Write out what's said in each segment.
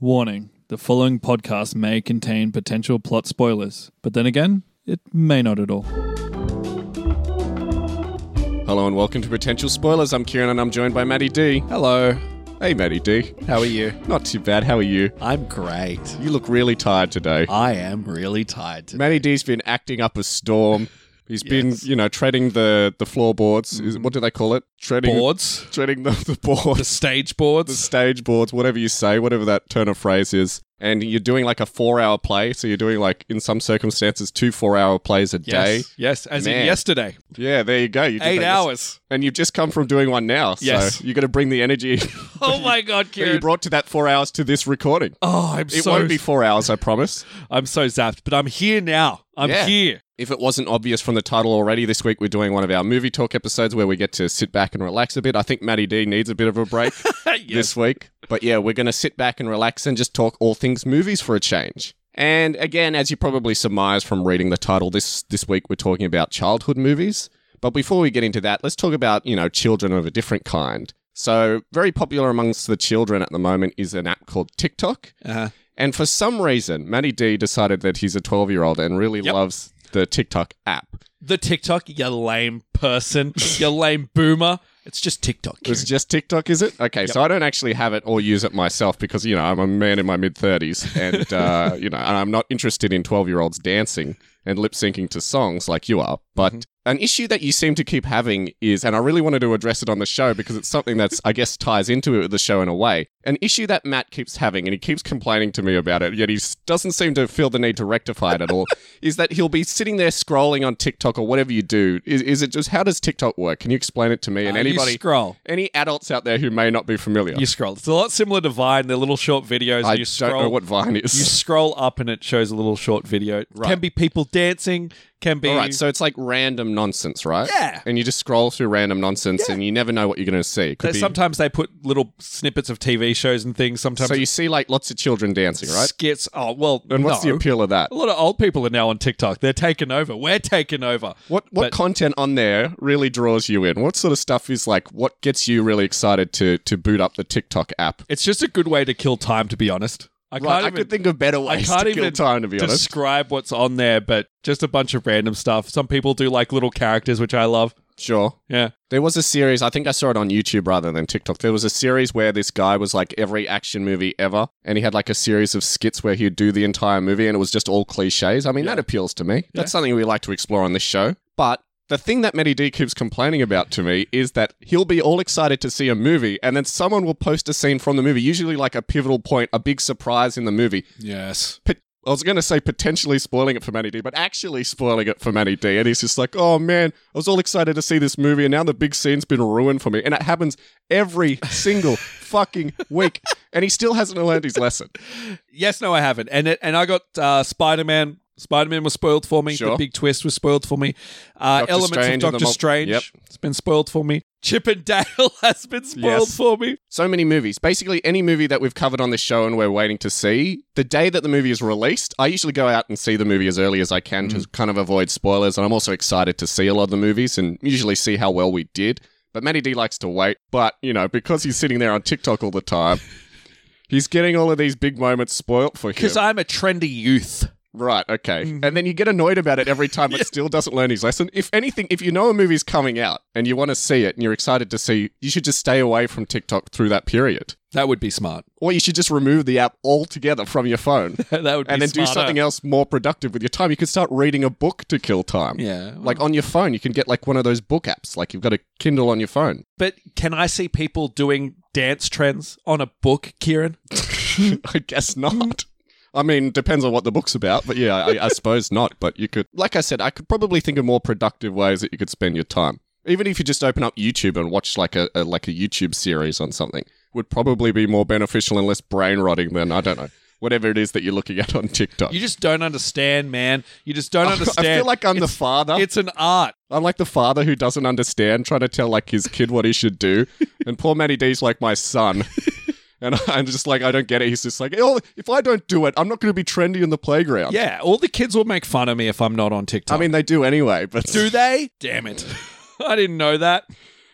Warning the following podcast may contain potential plot spoilers, but then again, it may not at all. Hello and welcome to Potential Spoilers. I'm Kieran and I'm joined by Maddie D. Hello, Hey, Maddie D. how are you? Not too bad. How are you? I'm great. You look really tired today. I am really tired today. Maddie D's been acting up a storm. He's been, Yes. Mm. you know, treading the the floorboards. Is, what do they call it? Treading Boards, treading the, the the boards, stage the boards. stage boards, whatever you say, whatever that turn of phrase is. And you're doing like a four hour play, so you're doing like in some circumstances two four hour plays a day. Yes, yes, as Man. in yesterday, Yeah, there you go. You did eight that yes- hours. and you've just come from doing one now. Yes. so you're going to bring the energy Oh my god, that you Kieran! brought to that four hours to this recording. Oh, I'm It so won't be four hours, I promise. I'm so zapped, but I'm here now. I'm Yeah. here. If it wasn't obvious from the title already, this week we're doing one of our movie talk episodes where we get to sit back and relax a bit. I think Maddie D needs a bit of a break yes. this week. But yeah, we're going to sit back and relax and just talk all things movies for a change. And again, as you probably surmise from reading the title, this this week we're talking about childhood movies. But before we get into that, let's talk about, you know, children of a different kind. So, very popular amongst the children at the moment is an app called TikTok. Uh, And for some reason, Matty D decided that he's a 12 year old and really Yep. loves the TikTok app. the TikTok, you lame person, you lame boomer. It's just TikTok. It's just TikTok, is it? Okay, so I don't actually have it or use it myself because, you know, I'm a man in my mid 30s and, uh, you know, and I'm not interested in 12 year olds dancing and lip syncing to songs like you are. But Mm-hmm. an issue that you seem to keep having is, and I really wanted to address it on the show because it's something that's, I guess, ties into it, the show in a way. An issue that Matt keeps having, and he keeps complaining to me about it, yet he s- doesn't seem to feel the need to rectify it at all, is that he'll be sitting there scrolling on TikTok or whatever you do. Is, is it just, how does TikTok work? Can you explain it to me? And Uh, anybody. you scroll. Any adults out there who may not be familiar, You scroll. It's a lot similar to Vine. They're little short videos. I and you scroll. don't know what Vine You is. scroll up and it shows a little short video. It Can be people dancing. Can be All right, so it's like random nonsense, right? Yeah. And you just scroll through random nonsense, and you never know what you're going to see. It could They- be- sometimes they put little snippets of TV shows and things. Sometimes so you see like lots of children dancing, right? skits. Oh well, And what's no. the appeal of that? a lot of old people are now on TikTok. They're taken over. We're taken over. What what But- content on there really draws you in? What sort of stuff is like what gets you really excited to to boot up the TikTok app? It's just a good way to kill time. To be honest, I Right, can't I even. could think of better I ways can't to kill even time, to be honest. describe what's on there, but just a bunch of random stuff. Some people do like little characters, which I love. Sure. Yeah, There was a series, I think I saw it on YouTube rather than TikTok. There was a series where this guy was like every action movie ever, and he had like a series of skits where he'd do the entire movie and it was just all cliches. I mean, that appeals to me. That's something we like to explore on this show. But the thing that Medi D keeps complaining about to me is that he'll be all excited to see a movie, and then someone will post a scene from the movie, usually like a pivotal point, a big surprise in the movie. yes. Pot- I was going to say potentially spoiling it for Manny D, but actually spoiling it for Manny D. And he's just like, oh man, I was all excited to see this movie, and now the big scene's been ruined for me. And it happens every single fucking week. And he still hasn't learned his lesson. Yes, no, I haven't. And it, and I got uh, Spider Man. Spider Man was spoiled for me. Sure. The big twist was spoiled for me. Uh, Doctor elements Strange of and the Doctor mul- Strange. Yep. It's been spoiled for me. Chip and Dale has been spoiled Yes. for me. So many movies. Basically, any movie that we've covered on this show and we're waiting to see, the day that the movie is released, I usually go out and see the movie as early as I can to kind of avoid spoilers. And I'm also excited to see a lot of the movies and usually see how well we did. But Matty D likes to wait. But, you know, because he's sitting there on TikTok all the time, he's getting all of these big moments spoilt for him. Because I'm a trendy youth. right, okay. And then you get annoyed about it every time, but still doesn't learn his lesson. If anything, if you know a movie's coming out and you want to see it and you're excited to see, you should just stay away from TikTok through that period That would be smart. or you should just remove the app altogether from your phone that would be and then do smarter. something else more productive with your time. You could start reading a book to kill time. Yeah. Like on your phone, you can get like one of those book apps. Like you've got a Kindle on your phone. But can I see people doing dance trends on a book, Kieran? I guess not. I mean, depends on what the book's about, but yeah, I, I suppose not. But you could, like I said, I could probably think of more productive ways that you could spend your time. Even if you just open up YouTube and watch like a, a like a YouTube series on something, would probably be more beneficial and less brain rotting than I don't know whatever it is that you're looking at on TikTok. You just don't understand, man. You just don't understand. I feel like I'm the it's, father. It's an art. I'm like the father who doesn't understand, trying to tell like his kid what he should do. and poor Matty D's like my son. And I'm just like, I don't get it. He's just like, "Oh, if I don't do it, I'm not going to be trendy in the playground. Yeah. All the kids will make fun of me if I'm not on TikTok. I mean, they do anyway, but do they? Damn it. I didn't know that.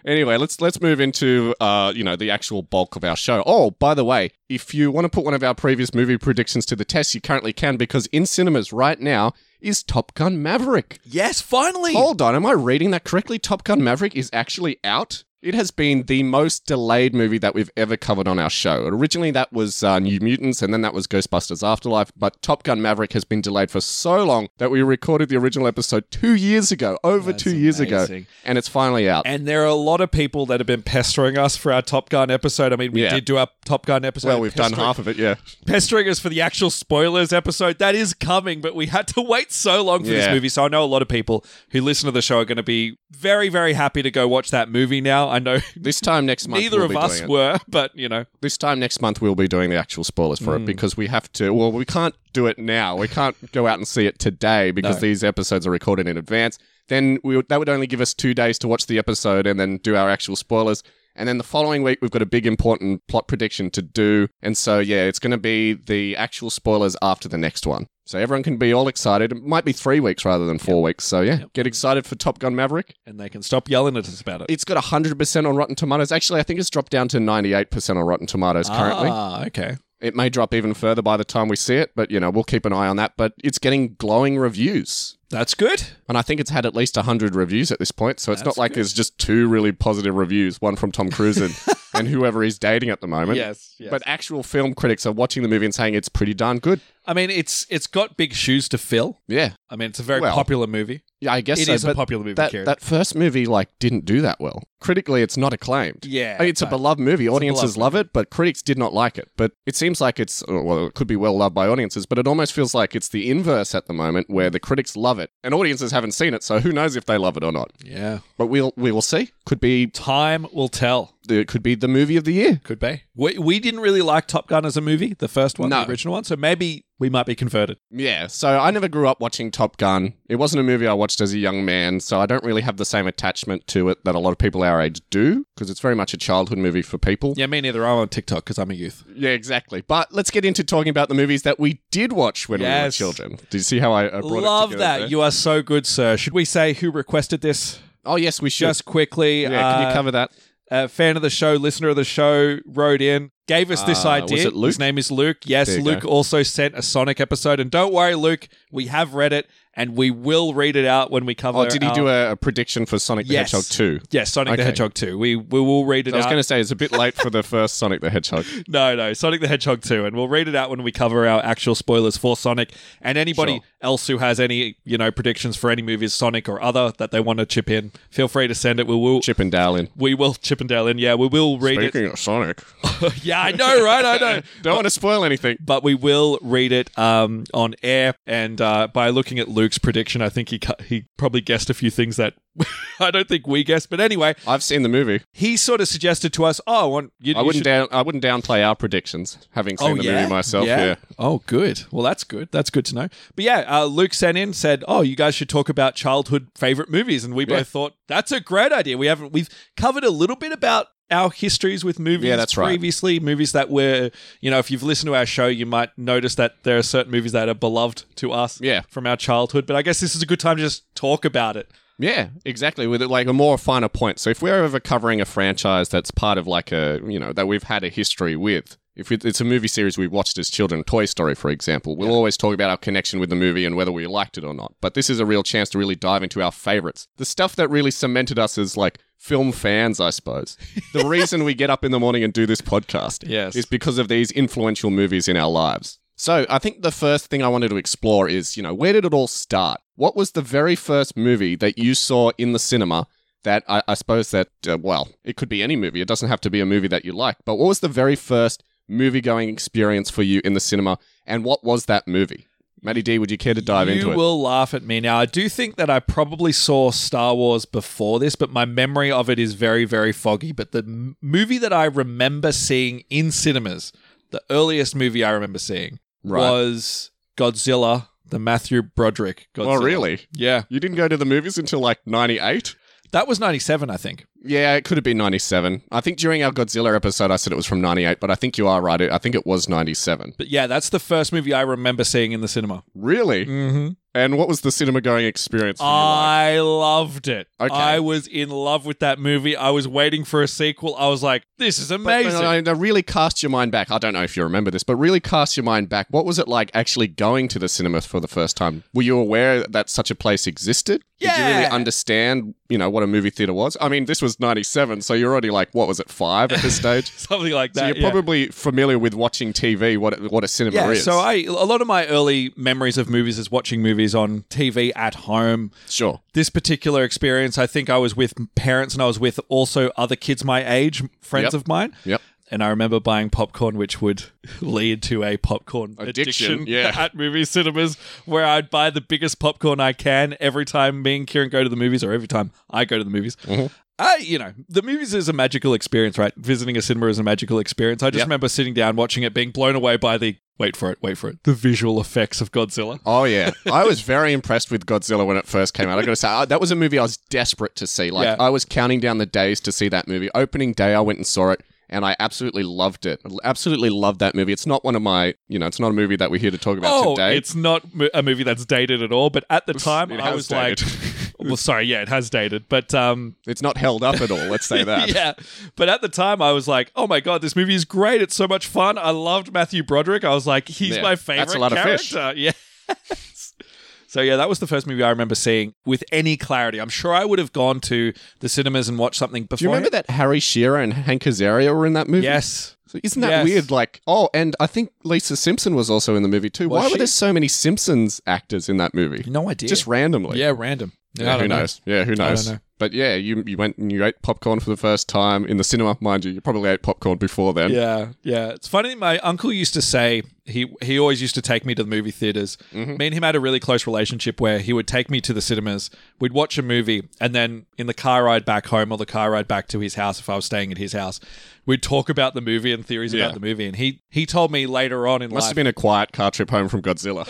Anyway, let's let's move into uh, you know the actual bulk of our show. Oh, by the way, if you want to put one of our previous movie predictions to the test, you currently can because in cinemas right now is Top Gun Maverick. Yes, finally. Hold on, am I reading that correctly? Top Gun Maverick is actually out. It has been the most delayed movie that we've ever covered on our show. Originally, that was uh, New Mutants, and then that was Ghostbusters Afterlife. But Top Gun Maverick has been delayed for so long that we recorded the original episode two years ago, over two years ago, amazing. and it's finally out. And there are a lot of people that have been pestering us for our Top Gun episode. I mean, we Yeah. did do our Top Gun episode. well, we've done pestering- half of it, yeah. pestering us for the actual spoilers episode. That is coming, but we had to wait so long for this Yeah. movie. So I know a lot of people who listen to the show are going to be very, very happy to go watch that movie now. I know This time next month, neither we'll of be us doing it. were, but you know, This time next month, we'll be doing the actual spoilers for it because we have to. Well, we can't do it now. We can't go out and see it today because these episodes are recorded in advance. Then we would, that would only give us two days to watch the episode and then do our actual spoilers. And then the following week, we've got a big important plot prediction to do. And so, yeah, it's going to be the actual spoilers after the next one. So everyone can be all excited. It might be three weeks rather than four weeks. So, yeah, get excited for Top Gun Maverick. and they can stop yelling at us about it. It's got 100% on Rotten Tomatoes. Actually, I think it's dropped down to 98% on Rotten Tomatoes currently. Ah, okay. It may drop even further by the time we see it, but you know, we'll keep an eye on that. But it's getting glowing reviews. That's good. And I think it's had at least 100 reviews at this point. So it's That's not like there's just two really positive reviews one from Tom Cruise and, and whoever he's dating at the moment. Yes, yes. But actual film critics are watching the movie and saying it's pretty darn good. I mean, it's it's got big shoes to fill. Yeah. I mean, it's a very Well, popular movie. Yeah, I guess It so, is a but popular movie, that, Kieran. that first movie like didn't do that well. Critically, it's not acclaimed. Yeah, I mean, it's a no. beloved movie. Audiences beloved love it, but critics did not like it. But it seems like it's oh, well, it could be well loved by audiences, but it almost feels like it's the inverse at the moment, where the critics love it and audiences haven't seen it, so who knows if they love it or not? Yeah. But we'll we will see. Could be Time will tell. it could be the movie of the year. Could be. We, we didn't really like Top Gun as a movie, the first one, No. the original one. So maybe we might be converted. Yeah, so I never grew up watching Top Gun. It wasn't a movie I watched as a young man, so I don't really have the same attachment to it that a lot of people our age do, because it's very much a childhood movie for people. Yeah, me neither. I'm on TikTok because I'm a youth. Yeah, exactly. But let's get into talking about the movies that we did watch when we were Yes. children. Do you see how I uh, brought Love it together that. there? You are so good, sir. Should we say who requested this? oh yes, we should. Just quickly. yeah, can uh, you cover that? a fan of the show, listener of the show, wrote in, gave us this Uh, idea. was it Luke? His name is Luke. Yes, There you Luke also sent a Sonic episode. And don't worry, Luke, we have read it and we will read it out when we cover Oh, did he our- do a, a prediction for Sonic the Yes. Hedgehog two? Yes, Sonic the Okay. Hedgehog 2. We, we will read it I was out. going to say it's a bit late for the first Sonic the Hedgehog. No, no, Sonic the Hedgehog 2. And we'll read it out when we cover our actual spoilers for Sonic. And anybody Sure. else who has any, you know, predictions for any movies, Sonic or other, that they want to chip in, feel free to send it. We will, Chip and Dale in. we will chip and Dale in. Yeah, we will read Speaking of Sonic, it. yeah, I know, right? I know. don't want to spoil anything. But we will read it um, on air, and uh, by looking at Luke's prediction, I think he cu- he probably guessed a few things that I don't think we guessed. But anyway, I've seen the movie. he sort of suggested to us, "Oh, I want you, I you wouldn't should- down. I wouldn't downplay our predictions, having seen the movie myself. Yeah. Oh, good. Well, that's good. That's good to know. But yeah, uh, Luke sent in said, "Oh, you guys should talk about childhood favorite movies," and we Yeah. both thought that's a great idea. We haven't we've covered a little bit about our histories with movies Yeah, that's right. previously movies that were you know if you've listened to our show you might notice that there are certain movies that are beloved to us Yeah. from our childhood but i guess this is a good time to just talk about it Yeah, exactly. With like a more finer point. So if we're ever covering a franchise that's part of like a you know that we've had a history with, if it- it's a movie series we watched as children, Toy Story, for example, we'll always talk about our connection with the movie and whether we liked it or not. But this is a real chance to really dive into our favorites, the stuff that really cemented us as like film fans, I suppose. the reason we get up in the morning and do this podcast, Yes. is because of these influential movies in our lives. So I think the first thing I wanted to explore is, you know, where did it all start? What was the very first movie that you saw in the cinema that I, I suppose that, uh, well, it could be any movie. It doesn't have to be a movie that you like. But what was the very first movie going experience for you in the cinema? And what was that movie? Matty D, would you care to dive you into it? will laugh at me now. I do think that I probably saw Star Wars before this, but my memory of it is very, very foggy. But the m- movie that I remember seeing in cinemas, the earliest movie I remember seeing, Right. Oh, was Godzilla, the Matthew Broderick. Godzilla. Oh, really? Yeah, You didn't go to the movies until like 98? that was '97, I think. Yeah, it could have been 97. I think during our Godzilla episode, I said it was from 98, but I think you are right. I think it was 97. But yeah, that's the first movie I remember seeing in the cinema. Really? Mm-hmm. And what was the cinema going experience for you like? I loved it. Okay. I was in love with that movie. I was waiting for a sequel. I was like, this is But, amazing. no, no, no, really cast your mind back. I don't know if you remember this, but really cast your mind back. What was it like actually going to the cinema for the first time? Were you aware that such a place existed? Did you really Yeah. understand, you know, what a movie theater was? I mean, this was 97, so you're already like, what was it, five at this stage? Something like so that. you're yeah. probably familiar with watching TV, what, it- what a cinema Yeah, is. so I a lot of my early memories of movies is watching movies on TV at home. Sure. This particular experience, I think I was with parents and I was with also other kids my age, friends Yep. of mine. Yep. And I remember buying popcorn, which would lead to a popcorn Addiction, addiction, yeah. at movie cinemas, where I'd buy the biggest popcorn I can every time me and Kieran go to the movies, or every time I go to the movies. Mm-hmm. I, you know, the movies is a magical experience, right? Visiting a cinema is a magical experience. I just Yep. remember sitting down, watching it, being blown away by the wait for it, wait for it, the visual effects of Godzilla. Oh yeah, I was very impressed with Godzilla when it first came out. I got to say I- that was a movie I was desperate to see. Like Yeah. I was counting down the days to see that movie. Opening day, I went and saw it, and I absolutely loved it. Absolutely loved that movie. It's not one of my, you know, it's not a movie that we're here to talk about Oh, today. it's not mo- a movie that's dated at all. But at the time, It I has was dated. like, well, sorry, yeah, it has dated, but um, It's not held up at all. Let's say that. yeah. But at the time, I was like, oh my god, this movie is great. It's so much fun. I loved Matthew Broderick. I was like, he's Yeah, my that's a favorite lot of fish. character. Yeah. So yeah, that was the first movie I remember seeing with any clarity. I'm sure I would have gone to the cinemas and watched something before. Do you remember that Harry Shearer and Hank Azaria were in that movie? Yes. So isn't that Yes. weird? Like, oh, and I think Lisa Simpson was also in the movie too. Was Why were she? there so many Simpsons actors in that movie? No idea. Just randomly. yeah, random. Yeah, I Yeah, don't who know. knows? Yeah, who knows? know. But yeah, you you went and you ate popcorn for the first time in the cinema, mind you. You probably ate popcorn before then. Yeah, yeah. It's funny. My uncle used to say he he always used to take me to the movie theaters. Mm-hmm. Me and him had a really close relationship where he would take me to the cinemas. We'd watch a movie, and then in the car ride back home or the car ride back to his house, if I was staying at his house, we'd talk about the movie and theories Yeah. about the movie. And he he told me later on in Must life. have been a quiet car trip home from Godzilla.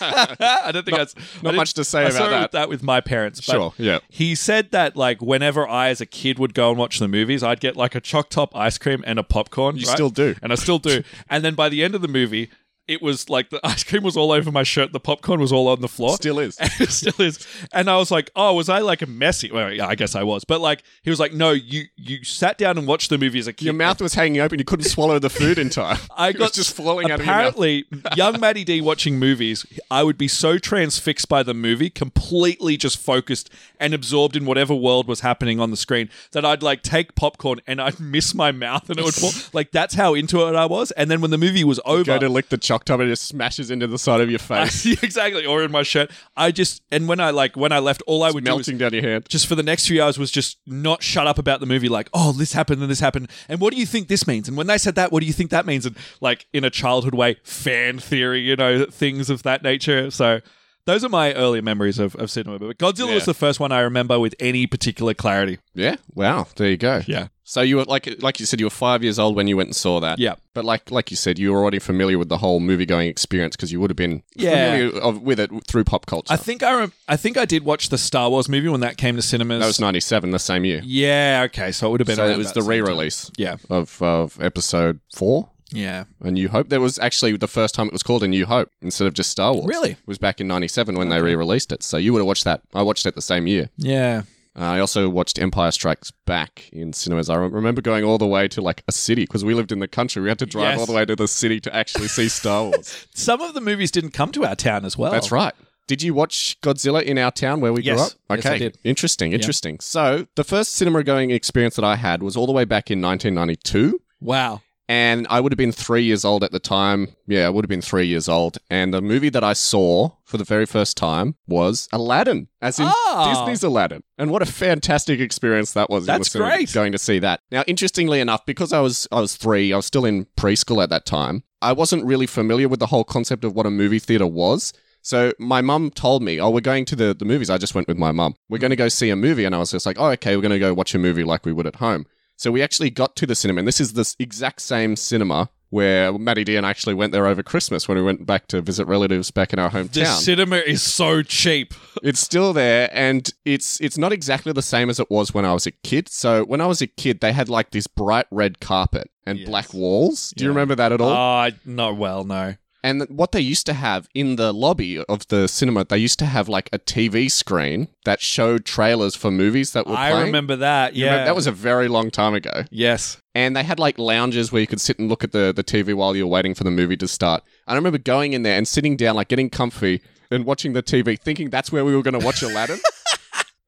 I don't think that's I Not didn't- much to say I about saw it that. with that with my parents. But Sure, yeah. He said that like whenever I, as a kid, would go and watch the movies, I'd get like a choc top ice cream and a popcorn. You right? still do. and I still do. and then by the end of the movie, it was like the ice cream was all over my shirt, the popcorn was all on the floor. Still is. it still is. And I was like, oh, was I like a messy? Well, yeah, I guess I was. But like, he was like, no, you you sat down and watched the movie as a kid. Your mouth was hanging open. You couldn't swallow the food in time. I It got was just falling out of your mouth. apparently, young Maddie D watching movies, I would be so transfixed by the movie, completely just focused and absorbed in whatever world was happening on the screen, that I'd like take popcorn and I'd miss my mouth and it would fall. like that's how into it I was. And then when the movie was over, Go to lick the chalk tub and it just smashes into the side of your face, exactly, or in my shirt, I just and when I like when I left, all I would do was melting down your hand. just for the next few hours was just not shut up about the movie like oh this happened and this happened and what do you think this means and when they said that what do you think that means and like in a childhood way fan theory you know things of that nature so those are my earlier memories of, of cinema but godzilla Yeah. was the first one i remember with any particular clarity Yeah. Wow. There you go. yeah So you were like like you said you were 5 years old when you went and saw that. Yeah. But like like you said you were already familiar with the whole movie going experience because you would have been Yeah. familiar of, with it through pop culture. i think i rem- i think i did watch the star wars movie when that came to cinemas that was 97 the same year. yeah okay so it would have been So around it was that the same time. re-release yeah of, of episode four, yeah A New Hope. That was actually the first time it was called A New Hope instead of just Star Wars. Really? It was back in 97 when they re-released it. So you would have watched that. I watched it the same year. yeah Uh, I also watched Empire Strikes Back in cinemas. I rem- remember going all the way to like a city because we lived in the country. We had to drive Yes. all the way to the city to actually see Star Wars. some of the movies didn't come to our town as well That's right. Did you watch Godzilla in our town where we Yes. grew up? Yes, I did. Interesting, interesting. So the first cinema going experience that I had was all the way back in 1992. wow and I would have been three years old at the time. Yeah, I would have been three years old. And the movie that I saw for the very first time was Aladdin, as in Ah. Disney's Aladdin. And what a fantastic experience that was! in the That's cinema, great. Going to see that. Now, interestingly enough, because I was I was three, I was still in preschool at that time. I wasn't really familiar with the whole concept of what a movie theater was. So my mum told me, "Oh, we're going to the the movies." I just went with my mum. We're going to go see a movie, and I was just like, "Oh, okay, we're going to go watch a movie like we would at home." So we actually got to the cinema, and this is the s- exact same cinema where Maddie D and I actually went there over Christmas when we went back to visit relatives back in our hometown. The cinema is so cheap. it's still there, and it's it's not exactly the same as it was when I was a kid. So when I was a kid, they had like this bright red carpet and Yes. black walls. Do you Yeah. remember that at all? Oh, no, Ah, well, no. And th- what they used to have in the lobby of the cinema, they used to have like a TV screen that showed trailers for movies that were I playing. remember that. You remember- Yeah, That was a very long time ago. yes. And they had like lounges where you could sit and look at the, the TV while you're waiting for the movie to start. And I remember going in there and sitting down, like getting comfy and watching the TV, thinking that's where we were going to watch Aladdin.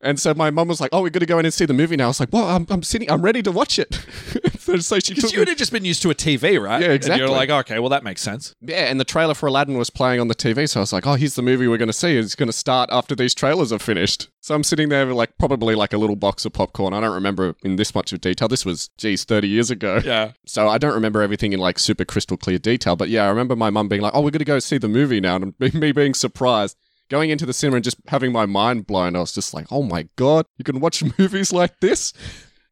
and so my mum was like, "Oh, we're going to go in and see the movie now." I was like, "Well, I'm, I'm sitting, I'm ready to watch it." so, so she took Because you me- would have just been used to a TV, right? Yeah, exactly. And you're like, okay, well, that makes sense. yeah, and the trailer for Aladdin was playing on the TV, so I was like, "Oh, here's the movie we're going to see. It's going to start after these trailers are finished." So I'm sitting there, with like probably like a little box of popcorn. I don't remember in this much of detail. This was, geez, 30 years ago. Yeah. So I don't remember everything in like super crystal clear detail, but yeah, I remember my mum being like, "Oh, we're gonna go see the movie now," and me being surprised, going into the cinema and just having my mind blown. I was just like, "Oh my god, you can watch movies like this!"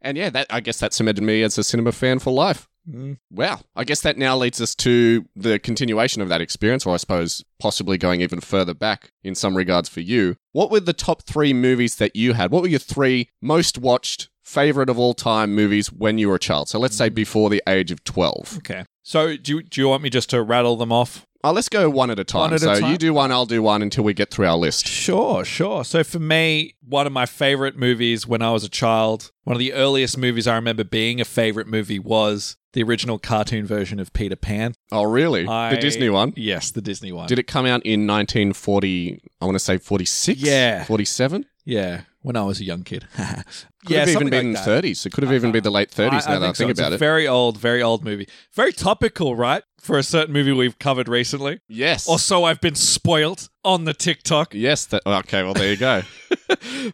And yeah, that I guess that cemented me as a cinema fan for life. Mm, Wow, I guess that now leads us to the continuation of that experience, or I suppose possibly going even further back in some regards for you. What were the top three movies that you had? What were your three most watched, favorite of all time movies when you were a child? So let's say Mm. before the age of 12. Okay. So do you, do you want me just to rattle them off? Oh, let's go one at a time. One at a so time. you do one, I'll do one until we get through our list. Sure, sure. So for me, one of my favorite movies when I was a child, one of the earliest movies I remember being a favorite movie was the original cartoon version of Peter Pan. Oh, really? I- The Disney one? Yes, the Disney one. Did it come out in 1940, I want to say 46? Yeah. 47? yeah, when I was a young kid. yeah, Could have even something been like that. 30s. It could have even been the late 30s now that so. I think It's about a it. Very old, very old movie. Very topical, right? For a certain movie we've covered recently. yes. Or so I've been spoilt on the TikTok. Yes. That, okay. Well, there you go.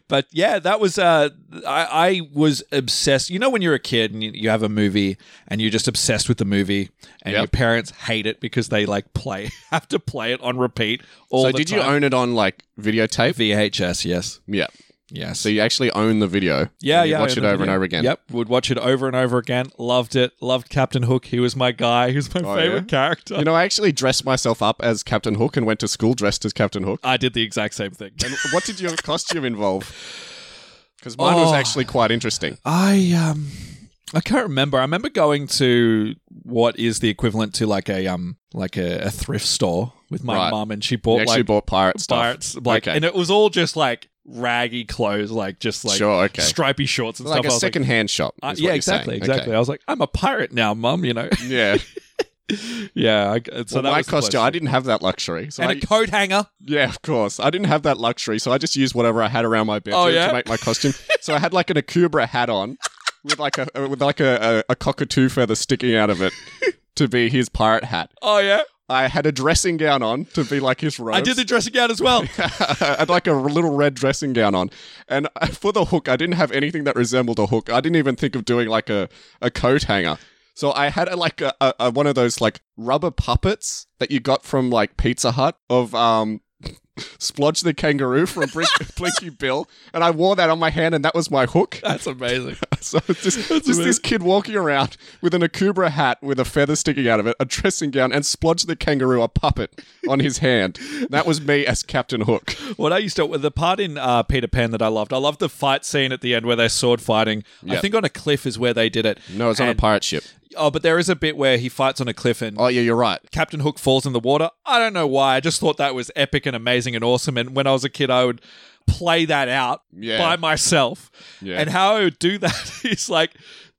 But yeah, that was uh, I, I was obsessed. You know, when you're a kid and you, you have a movie and you're just obsessed with the movie, and Yep. your parents hate it because they like play have to play it on repeat all so, the did you time. own it on like videotape? VHS? Yes, yeah. yes. So you actually own the video. yeah, And you yeah. Watch in it the over and video. over again. Yep, would watch it over and over again. Loved it. Loved Captain Hook. He was my guy. He was my Oh, favorite yeah? character. You know, I actually dressed myself up as Captain Hook and went to school dressed as Captain Hook. I did the exact same thing. And what did your costume involve? Because mine was Oh. actually quite interesting. I um I can't remember. I remember going to what is the equivalent to like a um like a, a thrift store with my Right. mum and she You bought actually like bought pirate stuff. pirates like Okay. and it was all just like raggy clothes, like just like sure. Okay. stripy shorts and like stuff. I a was like, second-hand shop. uh, is what yeah, you're exactly, saying. exactly. I was like, I'm a pirate now, mum. You know, Okay. Yeah. yeah. I, so well, that my was the place. costume, I didn't have that luxury. So and I, a coat hanger. Yeah, of course. I didn't have that luxury, so I just used whatever I had around my bedroom Oh, yeah? to make my costume. so I had like an Akubra hat on with like a uh, with like a, a, a cockatoo feather sticking out of it to be his pirate hat. Oh yeah, I had a dressing gown on to be like his robe. I did the dressing gown as well. I had like a little red dressing gown on. And uh, for the hook, I didn't have anything that resembled a hook. I didn't even think of doing like a, a coat hanger. So I had a, like a, a, a- one of those like rubber puppets that you got from like Pizza Hut of um Splodge the kangaroo from Blink- Blinky Bill, and I wore that on my hand, and that was my hook. That's amazing. So it's just, just this kid walking around with an Akubra hat with a feather sticking out of it, a dressing gown, and Splodge the kangaroo, a puppet, on his hand. That was me as Captain Hook. What I used to the part in uh, Peter Pan that I loved. I loved the fight scene at the end where they're sword fighting. I Yeah. think on a cliff is where they did it. No, it's on a And- pirate ship. Oh, but there is a bit where he fights on a cliff and Oh, yeah, you're right. Captain Hook falls in the water. I don't know why. I just thought that was epic and amazing and awesome. And when I was a kid, I would play that out Yeah. by myself. Yeah. And how I would do that is like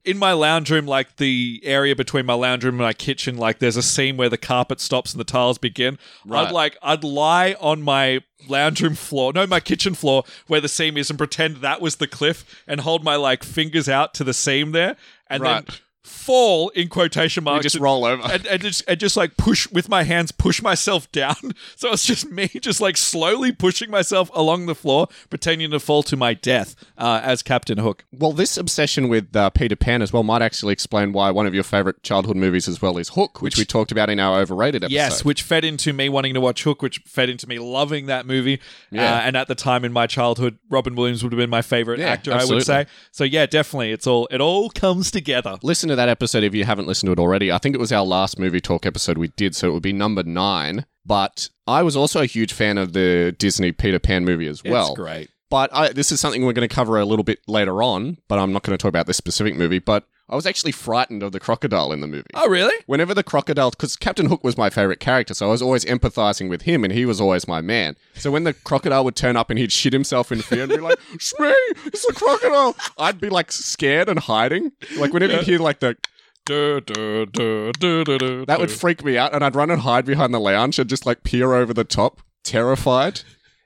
in my lounge room, like the area between my lounge room and my kitchen, like there's a scene where the carpet stops and the tiles begin. I'd Right. like I'd lie on my lounge room floor, no, my kitchen floor where the seam is, and pretend that was the cliff and hold my like fingers out to the seam there, and then. Right. Fall in quotation marks. You just and- roll over. and, and just and just like push with my hands, push myself down. So it's just me, just like slowly pushing myself along the floor, pretending to fall to my death uh, as Captain Hook. Well, this obsession with uh, Peter Pan as well might actually explain why one of your favorite childhood movies as well is Hook, which, we talked about in our overrated episode. Yes, which fed into me wanting to watch Hook, which fed into me loving that movie. Yeah. Uh, and at the time in my childhood, Robin Williams would have been my favorite Yeah, actor. absolutely. I would say so. Yeah, definitely, it's all it all comes together. Listen to that episode if you haven't listened to it already. I think it was our last movie talk episode we did, so it would be number nine. But I was also a huge fan of the Disney Peter Pan movie as well. it's great. But I, this is something we're going to cover a little bit later on, but I'm not going to talk about this specific movie. But I was actually frightened of the crocodile in the movie. Oh, really? Whenever the crocodile, because Captain Hook was my favorite character, so I was always empathizing with him, and he was always my man. So when the crocodile would turn up and he'd shit himself in fear and be like, "It's me! It's the crocodile!" I'd be like scared and hiding. Like whenever you'd hear like the Du, du, du, du, du, du, that would du. freak me out, and I'd run and hide behind the lounge and just like peer over the top, terrified.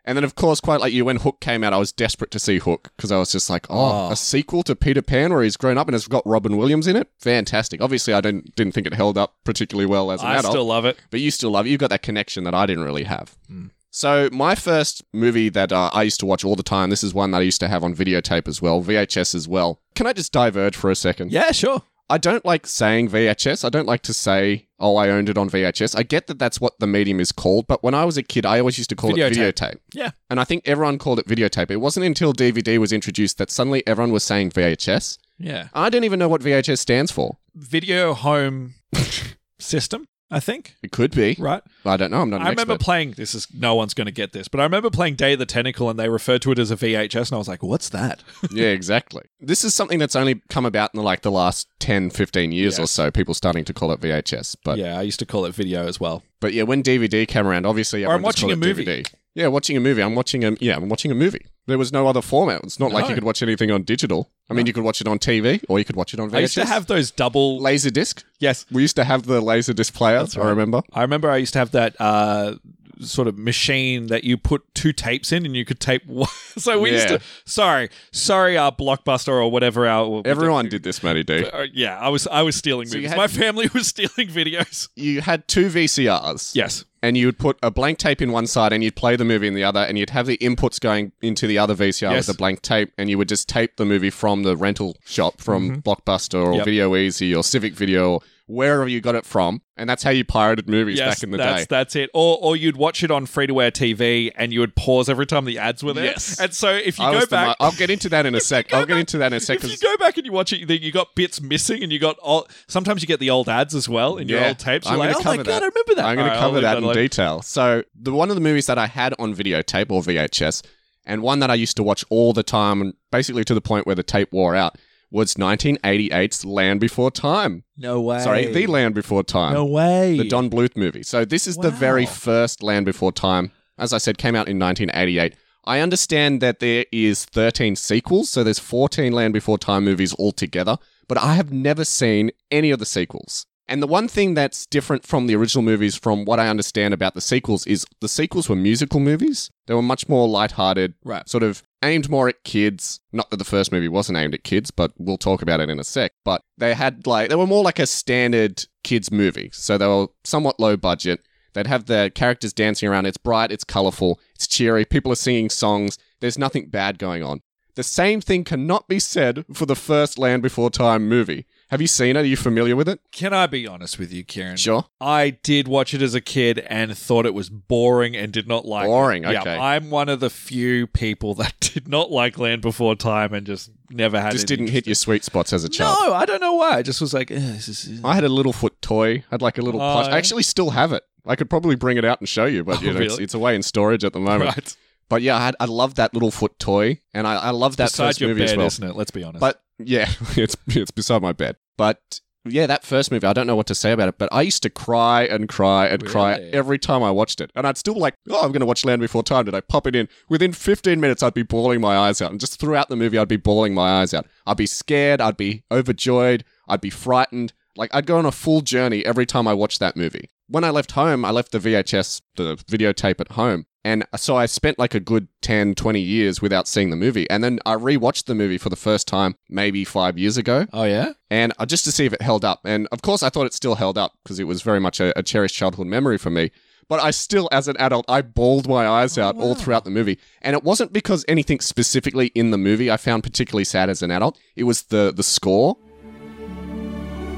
And then, of course, quite like you, when Hook came out, I was desperate to see Hook because I was just like, oh, Oh. a sequel to Peter Pan where he's grown up and it's got Robin Williams in it. Fantastic. Obviously, I didn't didn't think it held up particularly well as an I adult, still love it. but you still love it. You've got that connection that I didn't really have. Mm. So my first movie that uh, I used to watch all the time. This is one that I used to have on videotape as well, VHS as well. Can I just diverge for a second? Yeah, sure. I don't like saying VHS. I don't like to say, oh, I owned it on VHS. I get that that's what the medium is called, but when I was a kid, I always used to call it Videotape. videotape. Yeah. And I think everyone called it videotape. It wasn't until DVD was introduced that suddenly everyone was saying VHS. Yeah. I don't even know what VHS stands for. Video home system, I think, It could be. right? I don't know. I'm not an I remember expert. playing this is no one's going to get this, but I remember playing Day of the Tentacle and they referred to it as a VHS and I was like, "What's that?" yeah, exactly. This is something that's only come about in like the last 10, 15 years or Yes. so, people starting to call it VHS. But yeah, I used to call it video as well. But yeah, when DVD came around, obviously Or I'm everyone just watching called a it movie. DVD. Yeah, watching a movie. I'm watching a yeah, I'm watching a movie. There was no other format. It's not like No. you could watch anything on digital. I mean, you could watch it on TV or you could watch it on VHS. I used to have those double laser disc. yes. We used to have the laser disc player. I remember. I remember I used to have that uh, sort of machine that you put two tapes in and you could tape one. so we used Yeah. to sorry, sorry our blockbuster or whatever our Everyone did this, Matty D. Uh, yeah, I was I was stealing you movies. had- My family was stealing videos. You had two VCRs. Yes. And you would put a blank tape in one side and you'd play the movie in the other and you'd have the inputs going into the other VCR Yes. with the blank tape and you would just tape the movie from the rental shop from Blockbuster or Mm-hmm. Yep. Video Easy or Civic Video or wherever you got it from. And that's how you pirated movies yes, back in the that's, day. that's it. Or or you'd watch it on free to air TV and you would pause every time the ads were there. Yes. And so if you I go was the back mi- I'll get into that in a sec. I'll get back- into that in a sec. if you 'cause- go back and you watch it, then you got bits missing, and you got all. Sometimes you get the old ads as well in your Yeah, old tapes. You're I'm like, gonna oh my cover god, that. I remember that. I'm going All to right, I'll cover leave that in alone. detail. So, the one of the movies that I had on videotape or VHS, and one that I used to watch all the time, and basically to the point where the tape wore out, was 1988's Land Before Time. No way. Sorry, The Land Before Time, No way. the Don Bluth movie. So, this is the Wow. very first Land Before Time. As I said, came out in 1988. I understand that there is 13 sequels, so there's 14 Land Before Time movies altogether, but I have never seen any of the sequels. And the one thing that's different from the original movies from what I understand about the sequels is the sequels were musical movies. They were much more lighthearted, Right. sort of aimed more at kids. Not that the first movie wasn't aimed at kids, but we'll talk about it in a sec. But they had like they were more like a standard kids movie. So they were somewhat low budget. They'd have the characters dancing around. It's bright, it's colorful, it's cheery. People are singing songs. There's nothing bad going on. The same thing cannot be said for the first Land Before Time movie. Have you seen it? Are you familiar with it? Can I be honest with you, Kieran? Sure. I did watch it as a kid and thought it was boring and did not like. Boring, It. Yeah, okay. I'm one of the few people that did not like Land Before Time and just never had. Just any didn't hit your sweet spots as a interest. child. No, I don't know why. I just was like, eh, this is. I had a little foot toy. I'd like a little plush. Oh, I yeah. actually still have it. I could probably bring it out and show you, but you Oh, know, it's, really? it's away in storage at the moment. right But yeah, I, had, I love that little foot toy, and I, I love that beside first your movie bed, as well. isn't it? Let's be honest. But yeah, it's it's beside my bed. But yeah, that first movie, I don't know what to say about it, but I used to cry and cry and cry Really? every time I watched it. And I'd still be like, oh, I'm going to watch Land Before Time today. Pop it in. Within 15 minutes, I'd be bawling my eyes out. And just throughout the movie, I'd be bawling my eyes out. I'd be scared. I'd be overjoyed. I'd be frightened. Like, I'd go on a full journey every time I watched that movie. When I left home, I left the VHS, the videotape at home. And so I spent like a good 10, 20 years without seeing the movie. And then I rewatched the movie for the first time maybe five years ago oh yeah. and uh, just to see if it held up. And of course, I thought it still held up because it was very much a, a cherished childhood memory for me. But I still, as an adult, I bawled my eyes out all throughout the movie. And it wasn't because anything specifically in the movie I found particularly sad as an adult. It was the the score.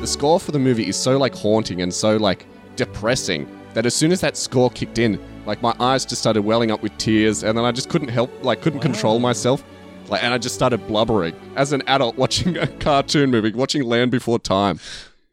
The score for the movie is so like haunting and so like depressing that as soon as that score kicked in, like my eyes just started welling up with tears, and then I just couldn't help, like couldn't control myself, like, and I just started blubbering as an adult watching a cartoon movie, watching Land Before Time.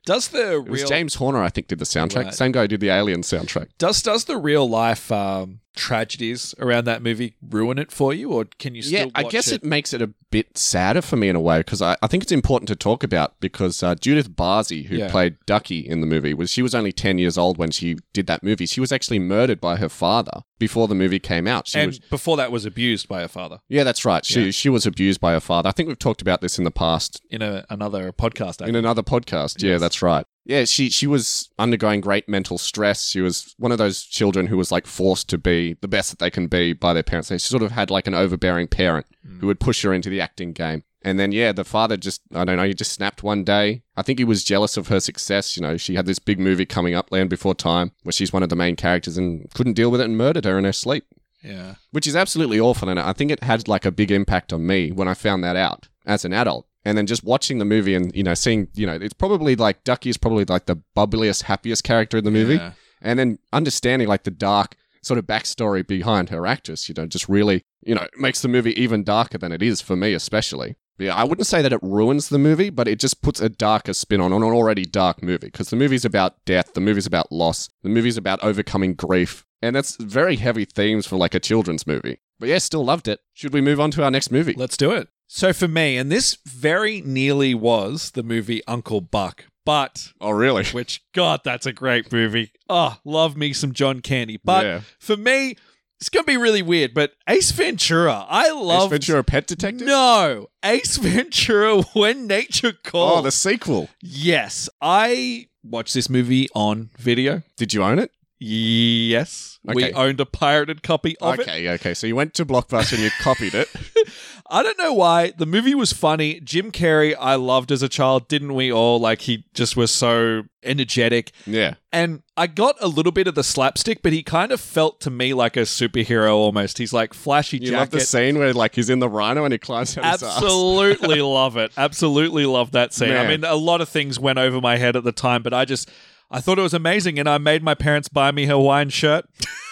Does the It was real James Horner, I think, did the soundtrack. Right. Same guy who did the Alien soundtrack. does does the real life um, tragedies around that movie ruin it for you, or can you still? yeah, I watch guess it. makes it a bit sadder for me in a way because I, I think it's important to talk about because uh, Judith Barzi, who Yeah. played Ducky in the movie, was she was only ten years old when she did that movie. She was actually murdered by her father before the movie came out. She and was, before that was abused by her father yeah, that's right. She she was abused by her father. I think we've talked about this in the past in a, another podcast. I in another podcast. Yeah, that's right. Yeah, she she was undergoing great mental stress. She was one of those children who was like forced to be the best that they can be by their parents. They sort of had like an overbearing parent who would push her into the acting game. And then yeah, the father just I don't know, he just snapped one day. I think he was jealous of her success, you know. She had this big movie coming up Land Before Time where she's one of the main characters and couldn't deal with it and murdered her in her sleep yeah, which is absolutely awful. And I think it had like a big impact on me when I found that out as an adult. And then just watching the movie and, you know, seeing, you know, it's probably like Ducky is probably like the bubbliest, happiest character in the movie. Yeah. And then understanding like the dark sort of backstory behind her actress, you know, just really, you know, makes the movie even darker than it is for me, especially. Yeah, I wouldn't say that it ruins the movie, but it just puts a darker spin on an already dark movie because the movie's about death, the movie's about loss, the movie's about overcoming grief, and that's very heavy themes for like a children's movie. But yeah, still loved it. Should we move on to our next movie? let's do it. So for me, and this very nearly was the movie Uncle Buck, but oh, really? which God, that's a great movie. Oh, love me some John Candy, but Yeah. for me, it's gonna be really weird. But Ace Ventura, I Ace love. Ventura Pet Detective? No, Ace Ventura: When Nature Calls. Oh, the sequel. Yes, I watched this movie on video. Did you own it? Yes, we Okay. owned a pirated copy of it. okay, okay. So you went to Blockbuster and you copied it. I don't know why the movie was funny. Jim Carrey, I loved as a child, didn't we all? Like he just was so energetic. Yeah. And I got a little bit of the slapstick, but he kind of felt to me like a superhero almost. He's like flashy You jacket. love the scene where like he's in the rhino and he climbs out his ass. Absolutely love it. Absolutely love that scene. I Man. mean, a lot of things went over my head at the time, but I just I thought it was amazing, and I made my parents buy me a Hawaiian shirt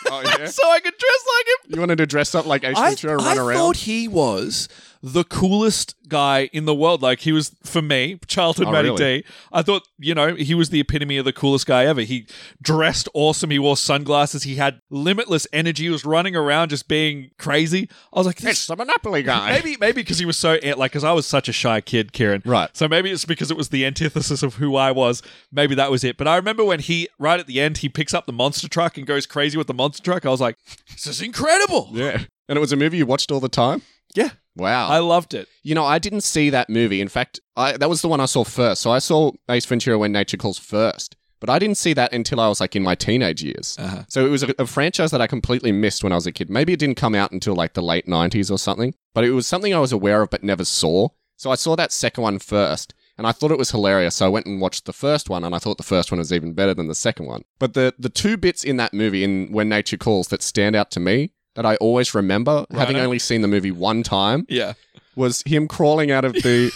Oh, yeah? so I could dress like him. You wanted to dress up like Ace I, Ventura, I run around. thought he was the coolest guy in the world. Like he was for me, childhood Oh, Matty really? D. I thought, you know, he was the epitome of the coolest guy ever. He dressed awesome. He wore sunglasses. He had limitless energy. He was running around just being crazy. I was like, this, it's the Monopoly guy. maybe maybe because he was so like because I was such a shy kid, Kieran. Right. So maybe it's because it was the antithesis of who I was. Maybe that was it. But I remember when he right at the end he picks up the monster truck and goes crazy with the monster truck. I was like, this is incredible. Yeah. And it was a movie you watched all the time? Yeah. Wow. I loved it. you know, I didn't see that movie. In fact, I, that was the one I saw first. So I saw Ace Ventura When Nature Calls first. But I didn't see that until I was like in my teenage years. Uh-huh. So it was a, a franchise that I completely missed when I was a kid. Maybe it didn't come out until like the late 90s or something, but it was something I was aware of but never saw. So I saw that second one first. And I thought it was hilarious, so I went and watched the first one, and I thought the first one was even better than the second one. But the the two bits in that movie, in When Nature Calls, that stand out to me, that I always remember, having Righto. only seen the movie one time, Yeah. was him crawling out of the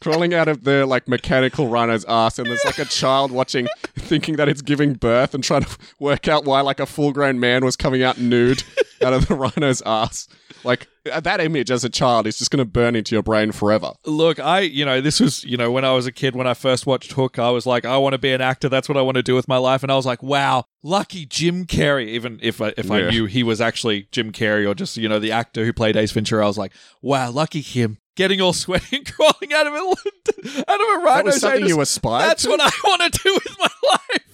crawling out of the like mechanical rhino's ass and there's like a child watching thinking that it's giving birth and trying to work out why like a full grown man was coming out nude out of the rhino's ass like that image as a child is just going to burn into your brain forever Look, I, you know, this was, you know, when I was a kid, when I first watched Hook, I was like, I want to be an actor. That's what I want to do with my life. And I was like, wow, lucky Jim Carrey. Even if I, if I Yeah. knew he was actually Jim Carrey or just, you know, the actor who played Ace Ventura, I was like, wow, lucky him. Getting all sweaty and crawling out of a out of a that was rhino's something anus. you aspired That's to what I want to do with my life.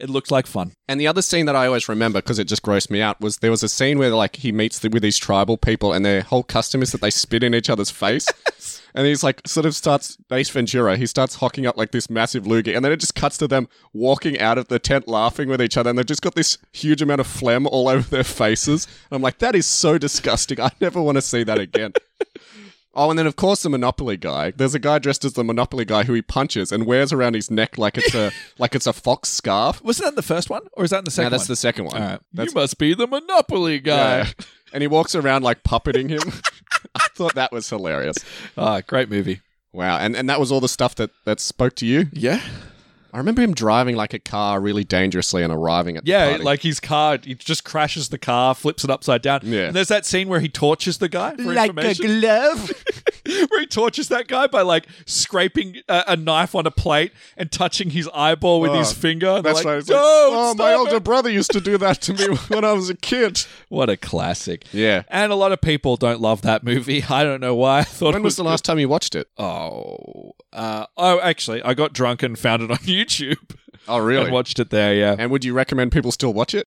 It looked like fun. And the other scene that I always remember because it just grossed me out was there was a scene where like he meets the, with these tribal people and their whole custom is that they spit in each other's face. and he's like sort of starts Ace Ventura. He starts hocking up like this massive loogie, and then it just cuts to them walking out of the tent laughing with each other, and they've just got this huge amount of phlegm all over their faces. And I'm like, that is so disgusting. I never want to see that again. Oh, and then of course the Monopoly guy. There's a guy dressed as the Monopoly guy who he punches and wears around his neck like it's a like it's a fox scarf. Wasn't that in the first one, or is that in the No, second? that's one? the second one. All right. That's- you must be the Monopoly guy. yeah. And he walks around like puppeting him. I thought that was hilarious. Ah, great movie. Wow. And and that was all the stuff that, that spoke to you. Yeah. I remember him driving like a car really dangerously and arriving at the Yeah, party. like his car, he just crashes the car, flips it upside down. Yeah. And there's that scene where he tortures the guy for information. glove. where he tortures that guy by like scraping a, a knife on a plate and touching his eyeball with Oh, his finger. And they're That's like, why it's like, Don't oh, stop my it." older brother used to do that to me when I was a kid. What a classic. Yeah. And a lot of people don't love that movie. I don't know why. I thought When it was was, the last time you watched it? Oh, uh, oh, actually, I got drunk and found it on YouTube Oh, really? and watched it there. Yeah. And would you recommend people still watch it?